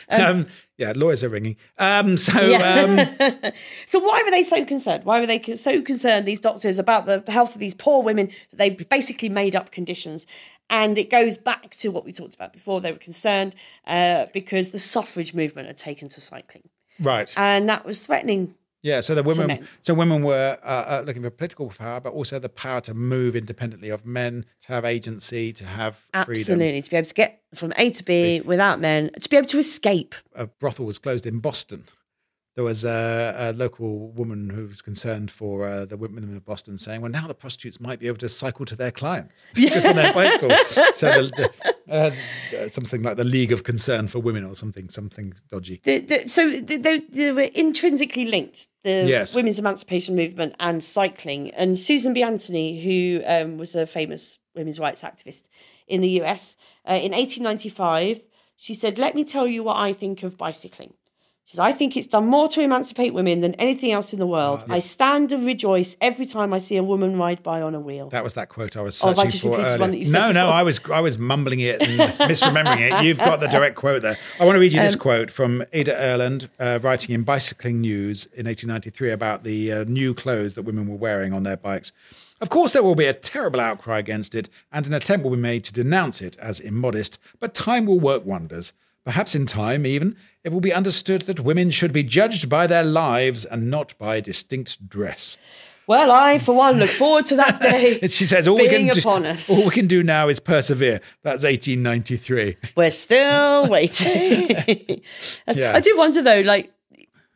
[SPEAKER 3] Um, yeah, lawyers are ringing. Um, so um,
[SPEAKER 4] Yeah. so why were they so concerned? Why were they co- so concerned, these doctors, about the health of these poor women that they basically made up conditions? And it goes back to what we talked about before. They were concerned uh, because the suffrage movement had taken to cycling,
[SPEAKER 3] right,
[SPEAKER 4] and that was threatening
[SPEAKER 3] yeah. So the women,
[SPEAKER 4] men.
[SPEAKER 3] so women were uh, uh, looking for political power, but also the power to move independently of men, to have agency, to have freedom.
[SPEAKER 4] Absolutely, to be able to get from A to B without men, to be able to escape.
[SPEAKER 3] A brothel was closed in Boston. there was a, a local woman who was concerned for uh, the women of Boston saying, well, now the prostitutes might be able to cycle to their clients just on their bicycle. So the, the, uh, something like the League of Concern for Women or something, something dodgy.
[SPEAKER 4] The, the, so they, they, they were intrinsically linked, the
[SPEAKER 3] Yes.
[SPEAKER 4] women's emancipation movement and cycling. And Susan B. Anthony, who um, was a famous women's rights activist in the US, uh, in 1895, she said, Let me tell you what I think of bicycling. She says, I think it's done more to emancipate women than anything else in the world. I stand and rejoice every time I see a woman ride by on a wheel.
[SPEAKER 3] That was that quote I was
[SPEAKER 4] Oh, have
[SPEAKER 3] searching
[SPEAKER 4] I just
[SPEAKER 3] for
[SPEAKER 4] repeated
[SPEAKER 3] earlier.
[SPEAKER 4] one that you said
[SPEAKER 3] no, no,
[SPEAKER 4] before?
[SPEAKER 3] I was I was mumbling it and misremembering it. You've got the direct quote there. I want to read you
[SPEAKER 4] Um,
[SPEAKER 3] this quote from Ada Erland, uh, writing in Bicycling News in 1893 about the uh, new clothes that women were wearing on their bikes. Of course, there will be a terrible outcry against it, and an attempt will be made to denounce it as immodest. But time will work wonders. Perhaps in time, even, it will be understood that women should be judged by their lives and not by distinct dress.
[SPEAKER 4] Well, I, for one, look forward to that day.
[SPEAKER 3] And she says, all we, can
[SPEAKER 4] being
[SPEAKER 3] do,
[SPEAKER 4] upon us.
[SPEAKER 3] all we can do now is persevere. That's 1893.
[SPEAKER 4] We're still waiting.
[SPEAKER 3] Yeah.
[SPEAKER 4] I do wonder though, like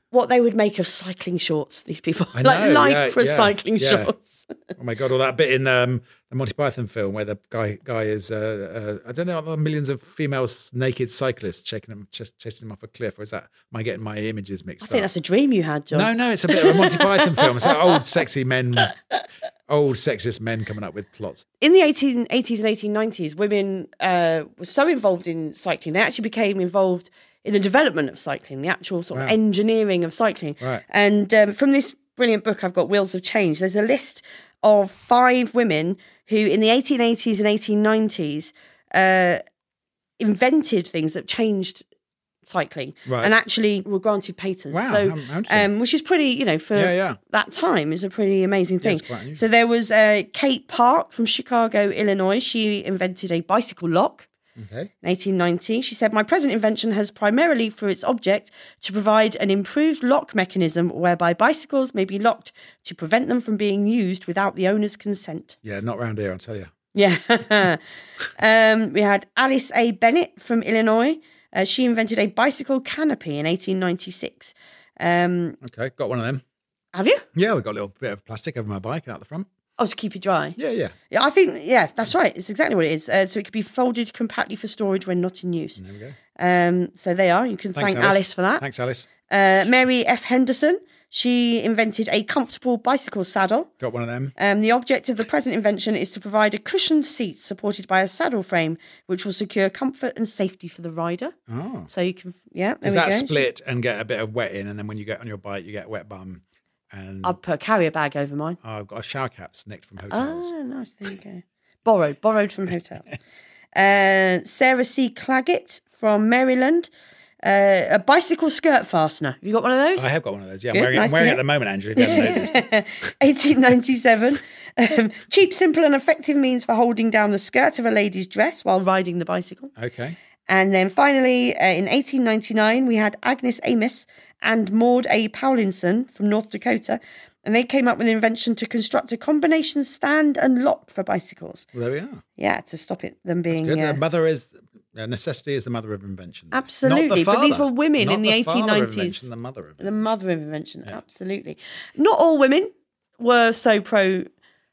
[SPEAKER 4] what they would make of cycling shorts. These people,
[SPEAKER 3] I
[SPEAKER 4] like
[SPEAKER 3] know,
[SPEAKER 4] like
[SPEAKER 3] yeah,
[SPEAKER 4] for
[SPEAKER 3] yeah,
[SPEAKER 4] cycling
[SPEAKER 3] yeah.
[SPEAKER 4] shorts.
[SPEAKER 3] Oh my God, all that bit in um, the Monty Python film where the guy guy is, uh, uh, I don't know, are there millions of female s- naked cyclists checking them, ch- chasing them off a cliff, or is that, am I getting my images mixed
[SPEAKER 4] I think
[SPEAKER 3] up?
[SPEAKER 4] that's a dream you had, John.
[SPEAKER 3] No, no, it's a bit of a Monty Python film. It's like old, sexy men, old, sexist men coming up with plots.
[SPEAKER 4] In the 1880s and 1890s, women uh, were so involved in cycling, they actually became involved in the development of cycling, the actual sort of
[SPEAKER 3] Wow.
[SPEAKER 4] engineering of cycling.
[SPEAKER 3] Right.
[SPEAKER 4] And um, from this brilliant book I've got, Wheels of Change, there's a list of five women who, in the 1880s and 1890s, uh, invented things that changed cycling
[SPEAKER 3] Right.
[SPEAKER 4] and actually were granted patents.
[SPEAKER 3] Wow,
[SPEAKER 4] so,
[SPEAKER 3] how- how interesting.
[SPEAKER 4] um, which is pretty, you know, for
[SPEAKER 3] Yeah, yeah.
[SPEAKER 4] that time is a pretty amazing thing.
[SPEAKER 3] it's quite unusual.
[SPEAKER 4] so there was uh, Kate Park from Chicago, Illinois. She invented a bicycle lock.
[SPEAKER 3] Okay.
[SPEAKER 4] In 1890, she said, My present invention has primarily for its object to provide an improved lock mechanism whereby bicycles may be locked to prevent them from being used without the owner's consent.
[SPEAKER 3] Yeah, not round here, I'll tell you.
[SPEAKER 4] Yeah. um, we had Alice A. Bennett from Illinois. Uh, she invented a bicycle canopy in 1896. Um,
[SPEAKER 3] Okay, got one of them.
[SPEAKER 4] have you?
[SPEAKER 3] Yeah, we got a little bit of plastic over my bike out the front.
[SPEAKER 4] Oh, to keep it dry.
[SPEAKER 3] Yeah, yeah.
[SPEAKER 4] Yeah, I think, yeah, that's right. It's exactly what it is. Uh, so it could be folded compactly for storage when not in use.
[SPEAKER 3] There we go.
[SPEAKER 4] Um, so they are. You can
[SPEAKER 3] Thanks,
[SPEAKER 4] thank Alice. for that.
[SPEAKER 3] Thanks, Alice.
[SPEAKER 4] Uh, Mary F. Henderson. She invented a comfortable bicycle saddle.
[SPEAKER 3] Got one of them.
[SPEAKER 4] Um, the object of the present invention is to provide a cushioned seat supported by a saddle frame, which will secure comfort and safety for the rider.
[SPEAKER 3] Oh.
[SPEAKER 4] So you can, yeah, there
[SPEAKER 3] Does
[SPEAKER 4] we
[SPEAKER 3] that
[SPEAKER 4] go.
[SPEAKER 3] split and get a bit of wet in, and then when you get on your bike, you get a wet bum? And oh,
[SPEAKER 4] I'll put a carrier bag over mine.
[SPEAKER 3] I've got shower caps nicked from hotels.
[SPEAKER 4] Ah, nice. There you go. Borrowed, borrowed from hotel. uh, Sarah C. Claggett from Maryland. Uh, a bicycle skirt fastener. Have you got one of those?
[SPEAKER 3] I have got one of those. Yeah,
[SPEAKER 4] Good,
[SPEAKER 3] I'm wearing, it- I'm
[SPEAKER 4] nice to
[SPEAKER 3] wearing it
[SPEAKER 4] hear.
[SPEAKER 3] at the moment, Andrew. If you haven't noticed.
[SPEAKER 4] 1897. Um, cheap, simple, and effective means for holding down the skirt of a lady's dress while riding the bicycle.
[SPEAKER 3] Okay.
[SPEAKER 4] And then finally, uh, in 1899, we had Agnes Amos and Maud A. Paulinson from North Dakota. And they came up with an invention to construct a combination stand and lock for bicycles.
[SPEAKER 3] Well, there we are.
[SPEAKER 4] Yeah, to stop it them being.
[SPEAKER 3] Good.
[SPEAKER 4] uh,
[SPEAKER 3] The mother is uh, necessity is the mother of invention. Not the
[SPEAKER 4] Absolutely, but these
[SPEAKER 3] father.
[SPEAKER 4] were women
[SPEAKER 3] Not
[SPEAKER 4] in the
[SPEAKER 3] father of
[SPEAKER 4] 1890s.
[SPEAKER 3] invention, The mother of
[SPEAKER 4] the mother of invention. Absolutely. Not all women were so pro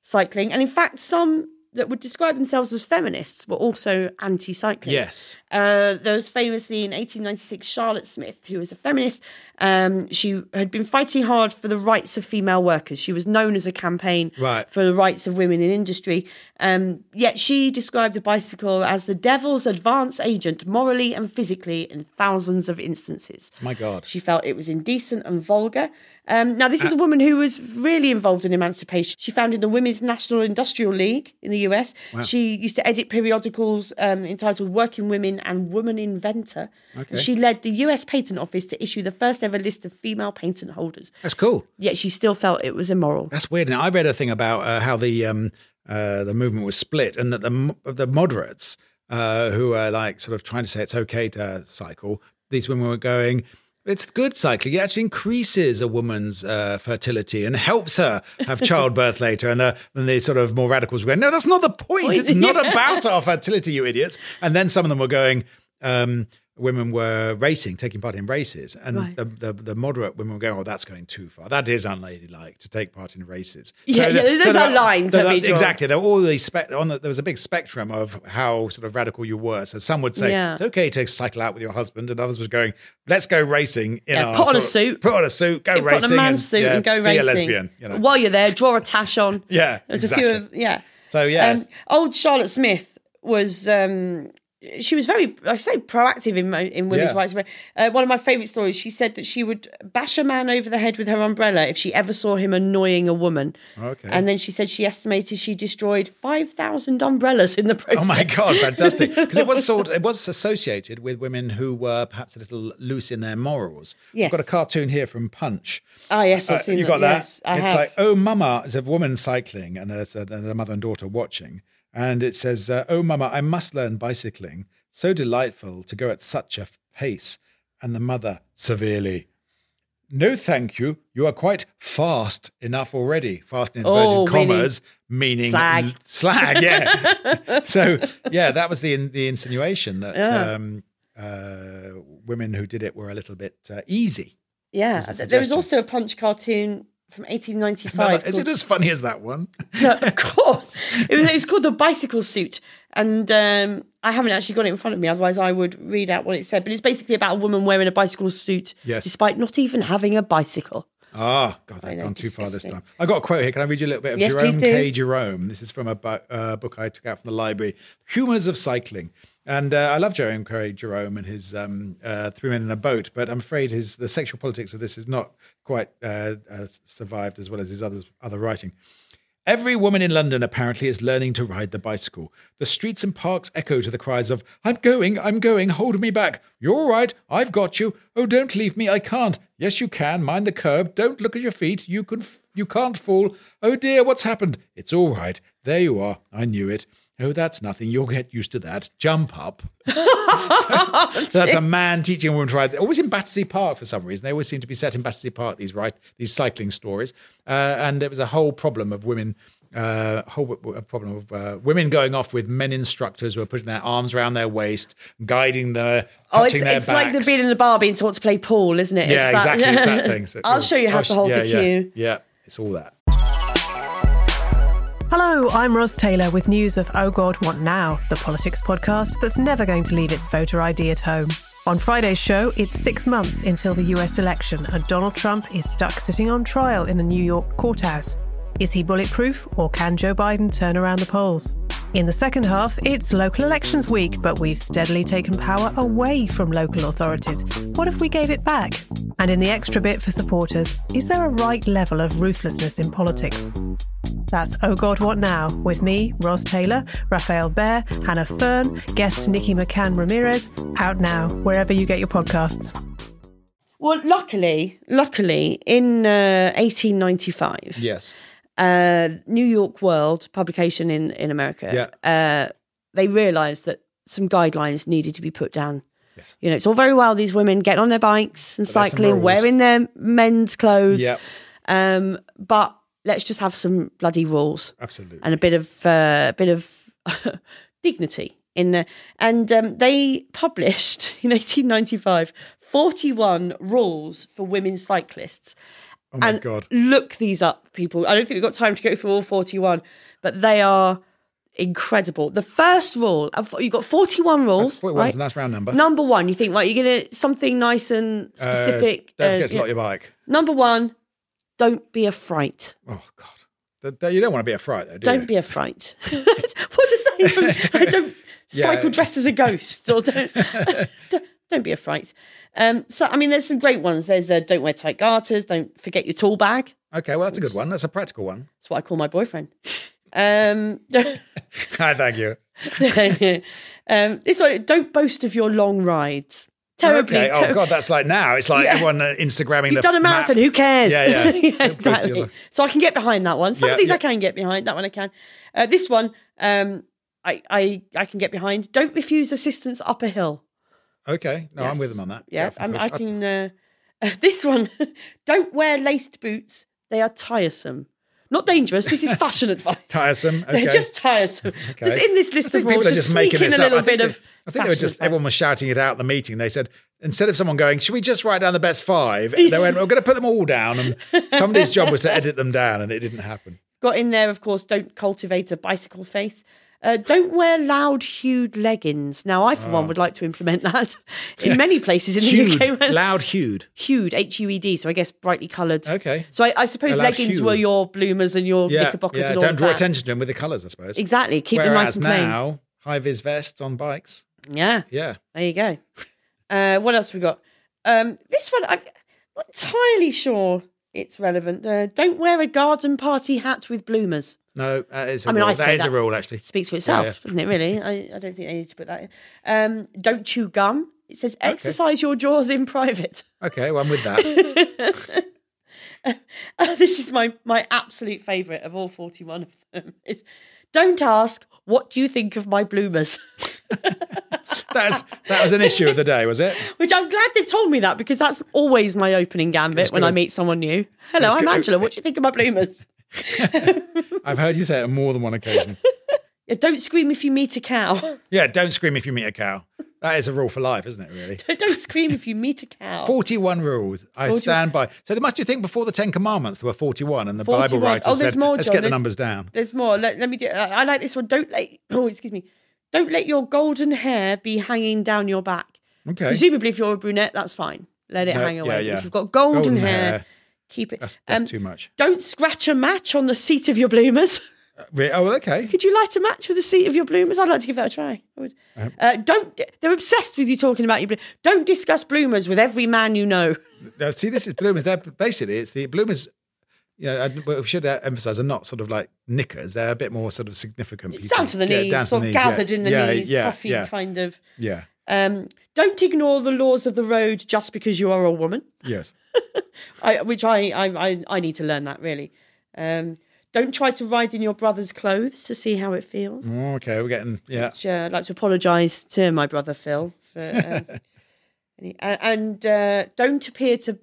[SPEAKER 4] cycling. And in fact, some that would describe themselves as feminists were also anti cycling.
[SPEAKER 3] yes.
[SPEAKER 4] Uh, there was famously in 1896 Charlotte Smith, who was a feminist. Um, she had been fighting hard for the rights of female workers. She was known as a campaign
[SPEAKER 3] Right.
[SPEAKER 4] for the rights of women in industry. Um, yet she described the bicycle as the devil's advance agent, morally and physically, in thousands of instances.
[SPEAKER 3] My God.
[SPEAKER 4] She felt it was indecent and vulgar. Um, now, this is a woman who was really involved in emancipation. She founded the Women's National Industrial League in the US. She used to edit periodicals um, entitled Working Women and Woman Inventor.
[SPEAKER 3] Okay.
[SPEAKER 4] And she led the US Patent Office to issue the first ever list of female patent holders.
[SPEAKER 3] That's cool.
[SPEAKER 4] Yet she still felt it was immoral.
[SPEAKER 3] That's weird. Now I read a thing about uh, how the um, uh, the movement was split, and that the mo- the moderates uh, who are like sort of trying to say it's okay to cycle, these women were going. It's good cycling. It actually increases a woman's uh, fertility and helps her have childbirth later. And the and the sort of more radicals were going, no, that's not the point. It's not about our fertility, you idiots. And then some of them were going, um, women were racing, taking part in races, and
[SPEAKER 4] Right.
[SPEAKER 3] the, the the moderate women were going, "Oh, that's going too far. That is unladylike to take part in races."
[SPEAKER 4] Yeah, yeah,
[SPEAKER 3] there-
[SPEAKER 4] there's a
[SPEAKER 3] there-
[SPEAKER 4] line to
[SPEAKER 3] there-
[SPEAKER 4] be drawn.
[SPEAKER 3] Exactly, there were all these spe- on the, there was a big spectrum of how sort of radical you were. So some would say
[SPEAKER 4] Yeah.
[SPEAKER 3] it's okay to cycle out with your husband, and others was going, "Let's go racing in
[SPEAKER 4] Yeah,
[SPEAKER 3] our
[SPEAKER 4] put on a
[SPEAKER 3] sort of-
[SPEAKER 4] suit.
[SPEAKER 3] put on a suit, go
[SPEAKER 4] Put
[SPEAKER 3] racing,
[SPEAKER 4] on a man's suit
[SPEAKER 3] yeah,
[SPEAKER 4] and go
[SPEAKER 3] be
[SPEAKER 4] racing.
[SPEAKER 3] a lesbian." You know?
[SPEAKER 4] While you're there, draw a tash on.
[SPEAKER 3] Yeah,
[SPEAKER 4] There's
[SPEAKER 3] exactly.
[SPEAKER 4] a few of yeah.
[SPEAKER 3] So yeah,
[SPEAKER 4] Um, old Charlotte Smith was um, she was very I say proactive in mo- in women's
[SPEAKER 3] Yeah.
[SPEAKER 4] rights. but, Uh, one of my favourite stories. She said that she would bash a man over the head with her umbrella if she ever saw him annoying a woman.
[SPEAKER 3] Okay.
[SPEAKER 4] And then she said she estimated she destroyed five thousand umbrellas in the process.
[SPEAKER 3] Oh my god, fantastic! Because it was sort, it was associated with women who were perhaps a little loose in their morals.
[SPEAKER 4] Yes.
[SPEAKER 3] I've got a cartoon here from Punch.
[SPEAKER 4] Ah yes,
[SPEAKER 3] Uh,
[SPEAKER 4] I've seen
[SPEAKER 3] you
[SPEAKER 4] that.
[SPEAKER 3] got that?
[SPEAKER 4] Yes, I
[SPEAKER 3] it's
[SPEAKER 4] have.
[SPEAKER 3] like, oh mama, it's a woman cycling, and there's a, there's a mother and daughter watching, and it says, uh, oh mama, I must learn bicycling. So delightful to go at such a pace, and the mother severely. No, thank you. You are quite fast enough already. Fast in inverted
[SPEAKER 4] Oh, meaning-
[SPEAKER 3] commas, meaning
[SPEAKER 4] Slag.
[SPEAKER 3] l- slag. Yeah, so yeah, that was the in, the insinuation that
[SPEAKER 4] Yeah.
[SPEAKER 3] um, uh, women who did it were a little bit uh, easy.
[SPEAKER 4] yeah,
[SPEAKER 3] a
[SPEAKER 4] there was
[SPEAKER 3] suggestion.
[SPEAKER 4] also a Punch cartoon from 1895.
[SPEAKER 3] Another- is
[SPEAKER 4] called-
[SPEAKER 3] it as funny as that one?
[SPEAKER 4] No, of course. It was, it was called the bicycle suit, and um, I haven't actually got it in front of me. Otherwise, I would read out what it said. But it's basically about a woman wearing a bicycle suit,
[SPEAKER 3] Yes.
[SPEAKER 4] despite not even having a bicycle.
[SPEAKER 3] Ah, God, they've
[SPEAKER 4] know,
[SPEAKER 3] gone too far this time.
[SPEAKER 4] disgusting.
[SPEAKER 3] I got a quote here. Can I read you a little bit of
[SPEAKER 4] Yes, please
[SPEAKER 3] Jerome K.
[SPEAKER 4] do.
[SPEAKER 3] Jerome? This is from a bu- uh, book I took out from the library, Humors of Cycling. And uh, I love Jerome K. Jerome and his um, uh, Three Men in a Boat, but I'm afraid his the sexual politics of this is not quite uh, uh, survived as well as his others, other writing. Every woman in London apparently is learning to ride the bicycle. The streets and parks echo to the cries of, I'm going, I'm going, hold me back. You're all right, I've got you. Oh, don't leave me, I can't. Yes, you can, mind the curb, don't look at your feet, you, can, you can't fall. Oh dear, what's happened? It's all right, there you are, I knew it. Oh, that's nothing, you'll get used to that. Jump up. So that's a man teaching a woman to ride. Always in Battersea Park for some reason. They always seem to be set in Battersea Park. These right, these cycling stories, uh, and it was a whole problem of women, uh, whole w- w- problem of uh, women going off with men instructors who are putting their arms around their waist, guiding the,
[SPEAKER 4] Oh, it's,
[SPEAKER 3] touching their
[SPEAKER 4] it's like the
[SPEAKER 3] backs.
[SPEAKER 4] being in a bar being taught to play pool, isn't it?
[SPEAKER 3] yeah,
[SPEAKER 4] It's that-
[SPEAKER 3] exactly. It's that thing. So-
[SPEAKER 4] I'll show you how
[SPEAKER 3] I'll
[SPEAKER 4] to
[SPEAKER 3] sh-
[SPEAKER 4] hold the
[SPEAKER 3] yeah, yeah,
[SPEAKER 4] cue.
[SPEAKER 3] Yeah, it's all that.
[SPEAKER 2] Hello, I'm Ros Taylor with news of Oh God, What Now, the politics podcast that's never going to leave its voter ID at home. On Friday's show, it's six months until the US election, and Donald Trump is stuck sitting on trial in a New York courthouse. Is he bulletproof, or can Joe Biden turn around the polls? In the second half, it's local elections week, but we've steadily taken power away from local authorities. What if we gave it back? And in the extra bit for supporters, is there a right level of ruthlessness in politics? That's Oh God, What Now? with me, Ros Taylor, Raphael Bear, Hannah Fern, guest Nikki McCann Ramirez. Out now, wherever you get your podcasts.
[SPEAKER 4] Well, luckily, luckily, in uh, 1895,
[SPEAKER 3] Yes.
[SPEAKER 4] uh, New York World publication in in America, uh, they realised that some guidelines needed to be put down.
[SPEAKER 3] Yes.
[SPEAKER 4] You know, it's all very well these women getting on their bikes and
[SPEAKER 3] But that's some
[SPEAKER 4] cycling,
[SPEAKER 3] rules.
[SPEAKER 4] wearing their men's clothes,
[SPEAKER 3] Yep.
[SPEAKER 4] um, but let's just have some bloody rules
[SPEAKER 3] Absolutely.
[SPEAKER 4] and a bit of uh, a bit of dignity in there. And um, they published in 1895 41 rules for women cyclists.
[SPEAKER 3] Oh my
[SPEAKER 4] and
[SPEAKER 3] god.
[SPEAKER 4] Look these up, people. I don't think we've got time to go through all 41, but they are incredible. The first rule, I've- you've got 41 rules.
[SPEAKER 3] Well,
[SPEAKER 4] right?
[SPEAKER 3] it's a nice round number.
[SPEAKER 4] Number one, you think, right, you're going to something nice and
[SPEAKER 3] Uh,
[SPEAKER 4] specific.
[SPEAKER 3] don't
[SPEAKER 4] uh,
[SPEAKER 3] forget to
[SPEAKER 4] yeah.
[SPEAKER 3] lock your bike.
[SPEAKER 4] Number one, don't be a fright.
[SPEAKER 3] Oh god. Th- th- You don't want to be a fright, though, do you?
[SPEAKER 4] Don't be a fright. what does that even? I don't
[SPEAKER 3] Yeah.
[SPEAKER 4] cycle dressed as a ghost, or don't don't, don't be a fright. Um, so I mean, there's some great ones. There's uh, don't wear tight garters. Don't forget your tool bag.
[SPEAKER 3] Okay, well, that's a good one. That's a practical one.
[SPEAKER 4] That's what I call my boyfriend. Um,
[SPEAKER 3] Ah, Thank you.
[SPEAKER 4] um, this one, don't boast of your long rides. Terribly.
[SPEAKER 3] Okay. Oh
[SPEAKER 4] terribly-
[SPEAKER 3] god, that's like now. It's like
[SPEAKER 4] Yeah.
[SPEAKER 3] everyone uh, Instagramming.
[SPEAKER 4] You've
[SPEAKER 3] the
[SPEAKER 4] done a
[SPEAKER 3] map.
[SPEAKER 4] marathon. Who cares?
[SPEAKER 3] Yeah, yeah. Don't boast of
[SPEAKER 4] exactly.
[SPEAKER 3] your-
[SPEAKER 4] So I can get behind that one. Some
[SPEAKER 3] Yeah,
[SPEAKER 4] of these I
[SPEAKER 3] yeah.
[SPEAKER 4] can get behind. That one I can. Uh, this one, um, I, I I can get behind. Don't refuse assistance up a hill.
[SPEAKER 3] Okay. No, I'm
[SPEAKER 4] Yes.
[SPEAKER 3] with them on that.
[SPEAKER 4] Yeah,
[SPEAKER 3] of
[SPEAKER 4] and I
[SPEAKER 3] course.
[SPEAKER 4] can. Uh, this one, don't wear laced boots. They are tiresome. Not dangerous. This is fashion advice.
[SPEAKER 3] Tiresome. Okay.
[SPEAKER 4] They're just tiresome. Just in this
[SPEAKER 3] I
[SPEAKER 4] list of
[SPEAKER 3] think
[SPEAKER 4] rules,
[SPEAKER 3] people are
[SPEAKER 4] just
[SPEAKER 3] just making
[SPEAKER 4] sneak in
[SPEAKER 3] this
[SPEAKER 4] a
[SPEAKER 3] up.
[SPEAKER 4] little
[SPEAKER 3] I think,
[SPEAKER 4] bit
[SPEAKER 3] they,
[SPEAKER 4] of.
[SPEAKER 3] I think they were
[SPEAKER 4] fashion
[SPEAKER 3] just
[SPEAKER 4] advice.
[SPEAKER 3] everyone was shouting it out at the meeting. They said instead of someone going, "Should we just write down the best five? They went, "We're going to put them all down," and somebody's job was to edit them down, and it didn't happen.
[SPEAKER 4] Got in there, of course, don't cultivate a bicycle face. Uh, don't wear loud, hued leggings. Now, I, for one, would like to implement that in many places in the UK.
[SPEAKER 3] Ah. Hued,
[SPEAKER 4] where-
[SPEAKER 3] loud, hued.
[SPEAKER 4] hued, H U E D, so I guess brightly coloured.
[SPEAKER 3] Okay.
[SPEAKER 4] So I, I suppose
[SPEAKER 3] Allowed
[SPEAKER 4] leggings
[SPEAKER 3] hued.
[SPEAKER 4] were your bloomers and your
[SPEAKER 3] Yeah,
[SPEAKER 4] knickerbockers
[SPEAKER 3] yeah.
[SPEAKER 4] and all
[SPEAKER 3] Don't draw
[SPEAKER 4] that.
[SPEAKER 3] attention to them with the colours, I suppose.
[SPEAKER 4] Exactly, keep them
[SPEAKER 3] Whereas
[SPEAKER 4] nice and
[SPEAKER 3] now, high vis vests on bikes.
[SPEAKER 4] plain. Yeah,
[SPEAKER 3] Yeah.
[SPEAKER 4] there you go. Uh, what else we got? Um, this one, I'm not entirely sure it's relevant. Uh, don't wear a garden party hat with bloomers.
[SPEAKER 3] No, that is a
[SPEAKER 4] I mean,
[SPEAKER 3] rule.
[SPEAKER 4] I
[SPEAKER 3] that
[SPEAKER 4] say
[SPEAKER 3] is a
[SPEAKER 4] that.
[SPEAKER 3] rule, actually.
[SPEAKER 4] Speaks for itself,
[SPEAKER 3] yeah.
[SPEAKER 4] doesn't it, really? I, I don't think I need to put that in. Um, don't chew gum. It says exercise your jaws in private.
[SPEAKER 3] Okay, well, I'm with that.
[SPEAKER 4] Uh, this is my my absolute favourite of all forty one of them. Is don't ask what do you think of my bloomers,
[SPEAKER 3] That's that was an issue of the day, was it?
[SPEAKER 4] which I'm glad they've told me that because that's always my opening gambit when
[SPEAKER 3] good.
[SPEAKER 4] I meet someone new. Hello, I'm
[SPEAKER 3] good.
[SPEAKER 4] Angela. What do you think of my bloomers?
[SPEAKER 3] I've heard you say it on more than one occasion.
[SPEAKER 4] Yeah, don't scream if you meet a cow.
[SPEAKER 3] Yeah, don't scream if you meet a cow. That is a rule for life, isn't it? Really.
[SPEAKER 4] don't scream if you meet a cow.
[SPEAKER 3] 41 rules. I
[SPEAKER 4] 41.
[SPEAKER 3] stand by. So there must you think before the Ten Commandments there were 41, and the
[SPEAKER 4] 41.
[SPEAKER 3] Bible writer
[SPEAKER 4] Oh, there's
[SPEAKER 3] said,
[SPEAKER 4] more,
[SPEAKER 3] "Let's
[SPEAKER 4] John.
[SPEAKER 3] get the
[SPEAKER 4] There's-
[SPEAKER 3] numbers down."
[SPEAKER 4] There's more. Let, let me do. I I like this one. Don't let. Oh, excuse me. Don't let your golden hair be hanging down your back.
[SPEAKER 3] Okay.
[SPEAKER 4] Presumably, if you're a brunette, that's fine. Let it
[SPEAKER 3] No,
[SPEAKER 4] hang
[SPEAKER 3] yeah,
[SPEAKER 4] away. But
[SPEAKER 3] yeah.
[SPEAKER 4] If you've got golden,
[SPEAKER 3] Golden
[SPEAKER 4] hair,
[SPEAKER 3] hair.
[SPEAKER 4] keep it.
[SPEAKER 3] That's, that's
[SPEAKER 4] Um,
[SPEAKER 3] too much.
[SPEAKER 4] Don't scratch a match on the seat of your bloomers.
[SPEAKER 3] Re- Oh, okay.
[SPEAKER 4] Could you light a match with the seat of your bloomers? I'd like to give that a try. I would. Uh, don't. They're obsessed with you talking about your. Blo- don't discuss bloomers with every man you know.
[SPEAKER 3] Now, see, this is bloomers. They're basically it's the bloomers. You know, and we should uh, emphasize they're not sort of like knickers. They're a bit more sort of significant.
[SPEAKER 4] It's
[SPEAKER 3] pieces.
[SPEAKER 4] down to the
[SPEAKER 3] Yeah,
[SPEAKER 4] knees,
[SPEAKER 3] down to
[SPEAKER 4] sort
[SPEAKER 3] the
[SPEAKER 4] of
[SPEAKER 3] knees, yeah.
[SPEAKER 4] gathered in the
[SPEAKER 3] Yeah,
[SPEAKER 4] knees,
[SPEAKER 3] yeah,
[SPEAKER 4] puffy
[SPEAKER 3] yeah,
[SPEAKER 4] kind of.
[SPEAKER 3] yeah.
[SPEAKER 4] Um, don't ignore the laws of the road just because you are a woman.
[SPEAKER 3] Yes.
[SPEAKER 4] I, which I, I, I, I need to learn that really. Um, don't try to ride in your brother's clothes to see how it feels.
[SPEAKER 3] Oh, okay, we're getting yeah.
[SPEAKER 4] Which, uh, I'd like to apologise to my brother Phil for. Um, any- a- and uh, don't appear to.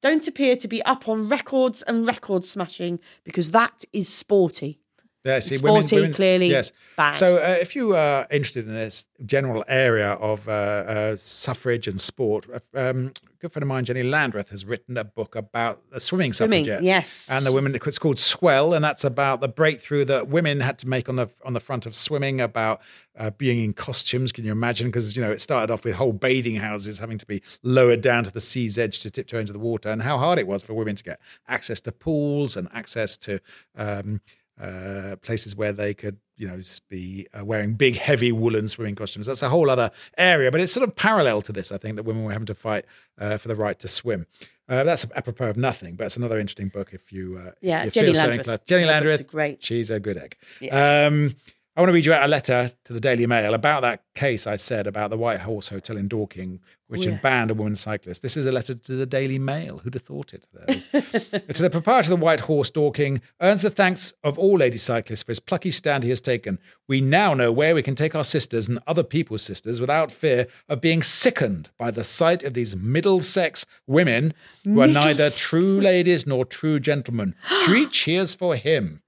[SPEAKER 4] Don't appear to be up on records and record smashing because that is sporty.
[SPEAKER 3] Yeah, see,
[SPEAKER 4] It's
[SPEAKER 3] women,
[SPEAKER 4] sporty,
[SPEAKER 3] women-
[SPEAKER 4] clearly
[SPEAKER 3] Yes.
[SPEAKER 4] bad.
[SPEAKER 3] So, uh, if you are interested in this general area of uh, uh, suffrage and sport, uh, um, a good friend of mine, Jenny Landreth, has written a book about the swimming
[SPEAKER 4] Swimming,
[SPEAKER 3] suffragettes.
[SPEAKER 4] yes.
[SPEAKER 3] And the women, it's called Swell, and that's about the breakthrough that women had to make on the on the front of swimming about uh, being in costumes. Can you imagine? Because you know, it started off with whole bathing houses having to be lowered down to the sea's edge to tiptoe into the water, and how hard it was for women to get access to pools and access to. Um, uh, places where they could, you know, s- be uh, wearing big, heavy woolen swimming costumes. That's a whole other area, but it's sort of parallel to this. I think that women were having to fight uh, for the right to swim. Uh, that's apropos of nothing, but it's another interesting book if you, uh, if
[SPEAKER 4] Yeah,
[SPEAKER 3] you
[SPEAKER 4] Jenny
[SPEAKER 3] feel so
[SPEAKER 4] Landreth.
[SPEAKER 3] inclined. Jenny
[SPEAKER 4] Her books
[SPEAKER 3] Landreth,
[SPEAKER 4] are great.
[SPEAKER 3] She's a good egg. Um, I want to read you out a letter to the Daily Mail about that case I said about the White Horse Hotel in Dorking,
[SPEAKER 4] Oh,
[SPEAKER 3] which had banned a woman cyclist. This is a letter to the Daily Mail. Who'd have thought it? Though? to the proprietor of the White Horse Dorking earns the thanks of all lady cyclists for his plucky stand he has taken. We now know where we can take our sisters and other people's sisters without fear of being sickened by the sight of these middle-sex women who are neither
[SPEAKER 4] Middlesex.
[SPEAKER 3] true ladies nor true gentlemen. Three cheers for him.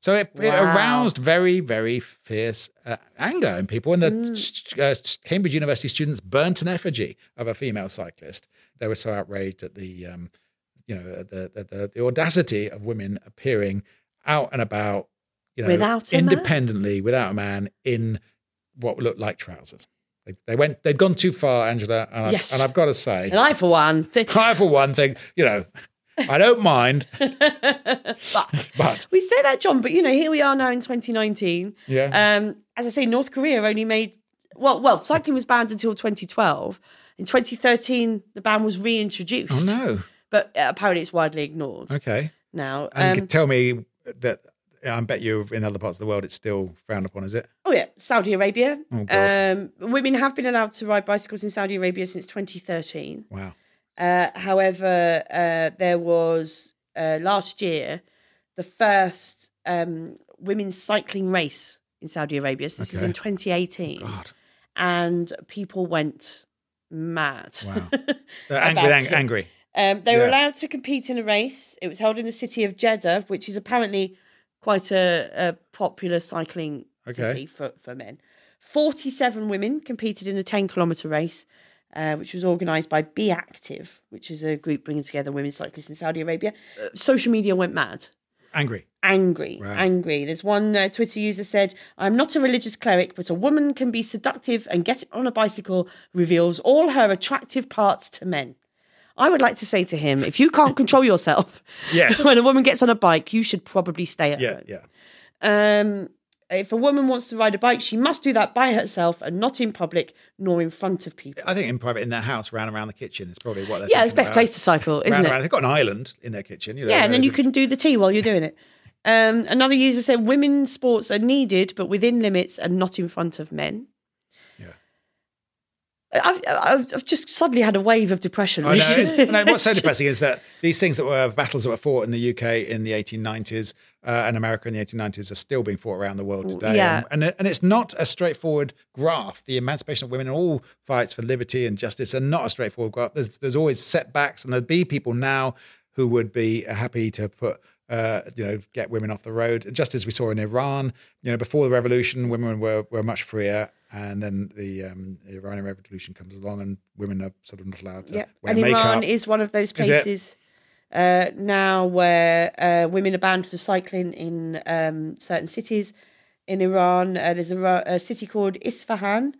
[SPEAKER 3] So it, it
[SPEAKER 4] Wow.
[SPEAKER 3] aroused very, very fierce uh, anger in people. And the st- uh, st- Cambridge University students burnt an effigy of a female cyclist. They were so outraged at the, um, you know, the, the, the, the audacity of women appearing out and about, you know,
[SPEAKER 4] Without a man.
[SPEAKER 3] independently without a man in what looked like trousers. They, they went, they'd gone too far, Angela. And, I,
[SPEAKER 4] Yes.
[SPEAKER 3] and I've got to say,
[SPEAKER 4] And I, for one, think,
[SPEAKER 3] I, for one, think, you know, I don't mind,
[SPEAKER 4] but
[SPEAKER 3] but
[SPEAKER 4] we say that, John. But you know, here we are now in 2019.
[SPEAKER 3] yeah.
[SPEAKER 4] Um, as I say, North Korea only made well, well, cycling was banned until 2012. In 2013, the ban was reintroduced,
[SPEAKER 3] oh, no.
[SPEAKER 4] but uh, apparently it's widely ignored
[SPEAKER 3] Okay.
[SPEAKER 4] now.
[SPEAKER 3] And
[SPEAKER 4] Um,
[SPEAKER 3] could tell me that I bet you in other parts of the world it's still frowned upon, is it?
[SPEAKER 4] oh yeah, Saudi Arabia.
[SPEAKER 3] Oh, God.
[SPEAKER 4] um, women have been allowed to ride bicycles in Saudi Arabia since 2013.
[SPEAKER 3] Wow.
[SPEAKER 4] Uh, however, uh, there was uh, last year the first um, women's cycling race in Saudi Arabia. So this is
[SPEAKER 3] Okay.
[SPEAKER 4] in 2018.
[SPEAKER 3] God.
[SPEAKER 4] and people went mad.
[SPEAKER 3] Wow.
[SPEAKER 4] About
[SPEAKER 3] They're Uh, ang- with ang-
[SPEAKER 4] it.
[SPEAKER 3] angry.
[SPEAKER 4] Um, they were
[SPEAKER 3] Yeah.
[SPEAKER 4] allowed to compete in a race. It was held in the city of Jeddah, which is apparently quite a, a popular cycling
[SPEAKER 3] Okay.
[SPEAKER 4] city for, for men. 47 women competed in the 10 kilometre race, uh, which was organised by Be Active, which is a group bringing together women cyclists in Saudi Arabia. Uh, social media went mad
[SPEAKER 3] Angry.
[SPEAKER 4] angry,
[SPEAKER 3] Right.
[SPEAKER 4] angry. There's one uh, Twitter user said, "I'm not a religious cleric, but a woman can be seductive, and getting on a bicycle reveals all her attractive parts to men." I would like to say to him, if you can't control yourself,
[SPEAKER 3] Yes.
[SPEAKER 4] when a woman gets on a bike, you should probably stay at
[SPEAKER 3] Yeah,
[SPEAKER 4] home.
[SPEAKER 3] yeah.
[SPEAKER 4] Um, if a woman wants to ride a bike, she must do that by herself and not in public nor in front of people.
[SPEAKER 3] I think in private, in their house, round around the kitchen is probably what they're
[SPEAKER 4] Yeah, it's
[SPEAKER 3] thinking
[SPEAKER 4] best
[SPEAKER 3] about.
[SPEAKER 4] place to cycle, isn't
[SPEAKER 3] round
[SPEAKER 4] it?
[SPEAKER 3] around. They've got an island in their kitchen. You know, uh,
[SPEAKER 4] Yeah, and then
[SPEAKER 3] they
[SPEAKER 4] you can do the tea while you're doing it. Um, another user said women's sports are needed, but within limits and not in front of men.
[SPEAKER 3] Yeah.
[SPEAKER 4] I've, I've, I've just suddenly had a wave of depression.
[SPEAKER 3] I know. it's- no, what's so
[SPEAKER 4] It's just-
[SPEAKER 3] depressing is that these things that were battles that were fought in the UK in the 1890s uh, and America in the 1890s are still being fought around the world today.
[SPEAKER 4] yeah.
[SPEAKER 3] And, and, and it's not a straightforward graph. The emancipation of women in all fights for liberty and justice are not a straightforward graph. There's, there's always setbacks, and there'd be people now who would be happy to put. Uh, you know, get women off the road. And just as we saw in Iran, you know, before the revolution, women were, were much freer, and then the um, Iranian revolution comes along, and women are sort of not allowed to
[SPEAKER 4] Yeah.
[SPEAKER 3] wear
[SPEAKER 4] And Iran
[SPEAKER 3] makeup.
[SPEAKER 4] is one of those
[SPEAKER 3] Is it?
[SPEAKER 4] places uh, now where uh, women are banned for cycling in um, certain cities. In Iran, uh, there's a, ro- a city called Isfahan,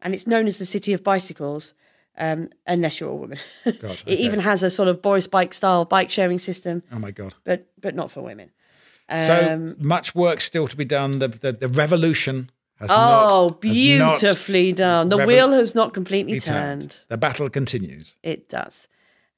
[SPEAKER 4] and it's known as the city of bicycles, um, unless you're a woman.
[SPEAKER 3] okay.
[SPEAKER 4] It even has a sort of Boris bike style bike sharing system,
[SPEAKER 3] Oh my god!
[SPEAKER 4] but but not for women. um,
[SPEAKER 3] so much work still to be done. The the, the revolution has not.
[SPEAKER 4] Oh,
[SPEAKER 3] has not
[SPEAKER 4] beautifully done. The
[SPEAKER 3] Revol-
[SPEAKER 4] wheel has not completely
[SPEAKER 3] been
[SPEAKER 4] turned.
[SPEAKER 3] turned. The battle continues.
[SPEAKER 4] It does.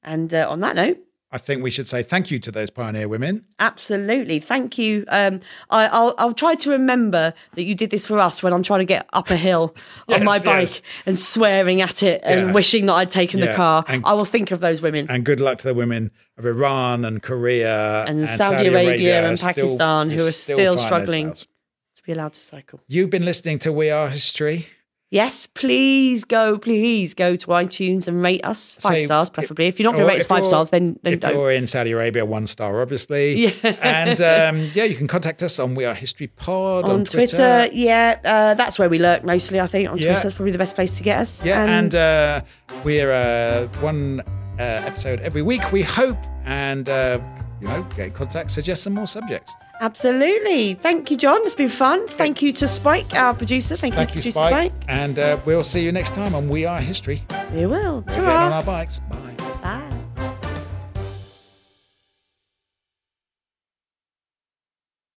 [SPEAKER 4] And uh, on that note,
[SPEAKER 3] I think we should say thank you to those pioneer women.
[SPEAKER 4] absolutely. Thank you. Um, I, I'll I'll try to remember that you did this for us when I'm trying to get up a hill on my
[SPEAKER 3] Yes,
[SPEAKER 4] bike
[SPEAKER 3] yes.
[SPEAKER 4] and swearing at it and
[SPEAKER 3] Yeah.
[SPEAKER 4] wishing that I'd taken the
[SPEAKER 3] Yeah,
[SPEAKER 4] car.
[SPEAKER 3] and-
[SPEAKER 4] I will think of those women.
[SPEAKER 3] And good luck to the women of Iran and Korea
[SPEAKER 4] And Saudi Arabia and
[SPEAKER 3] still-
[SPEAKER 4] Pakistan who are still
[SPEAKER 3] fighting those
[SPEAKER 4] struggling.
[SPEAKER 3] battles.
[SPEAKER 4] to be allowed to cycle.
[SPEAKER 3] You've been listening to We Are History.
[SPEAKER 4] Yes, please go, please go to iTunes and rate us five
[SPEAKER 3] Say-
[SPEAKER 4] stars, preferably. If you're not going
[SPEAKER 3] Or
[SPEAKER 4] to rate us
[SPEAKER 3] if
[SPEAKER 4] five
[SPEAKER 3] you're-
[SPEAKER 4] stars, then then
[SPEAKER 3] if
[SPEAKER 4] don't.
[SPEAKER 3] you're in Saudi Arabia, one star, obviously.
[SPEAKER 4] Yeah.
[SPEAKER 3] And um, yeah, you can contact us on We Are History Pod on,
[SPEAKER 4] On Twitter, yeah, uh, that's where we lurk mostly. I think on
[SPEAKER 3] Yeah.
[SPEAKER 4] Twitter is probably the best place to get us.
[SPEAKER 3] Yeah, and, uh, we're uh, one uh, episode every week, we hope, and uh, you know, get in contact, suggest some more subjects.
[SPEAKER 4] absolutely, thank you, John. It's been fun. Thank you to Spike, our producer. Thank,
[SPEAKER 3] Thank
[SPEAKER 4] you,
[SPEAKER 3] you,
[SPEAKER 4] producer
[SPEAKER 3] Spike, and uh, we'll see you next time on We Are History.
[SPEAKER 4] We will.
[SPEAKER 3] We're
[SPEAKER 4] Ta-ra.
[SPEAKER 3] getting on our bikes. Bye.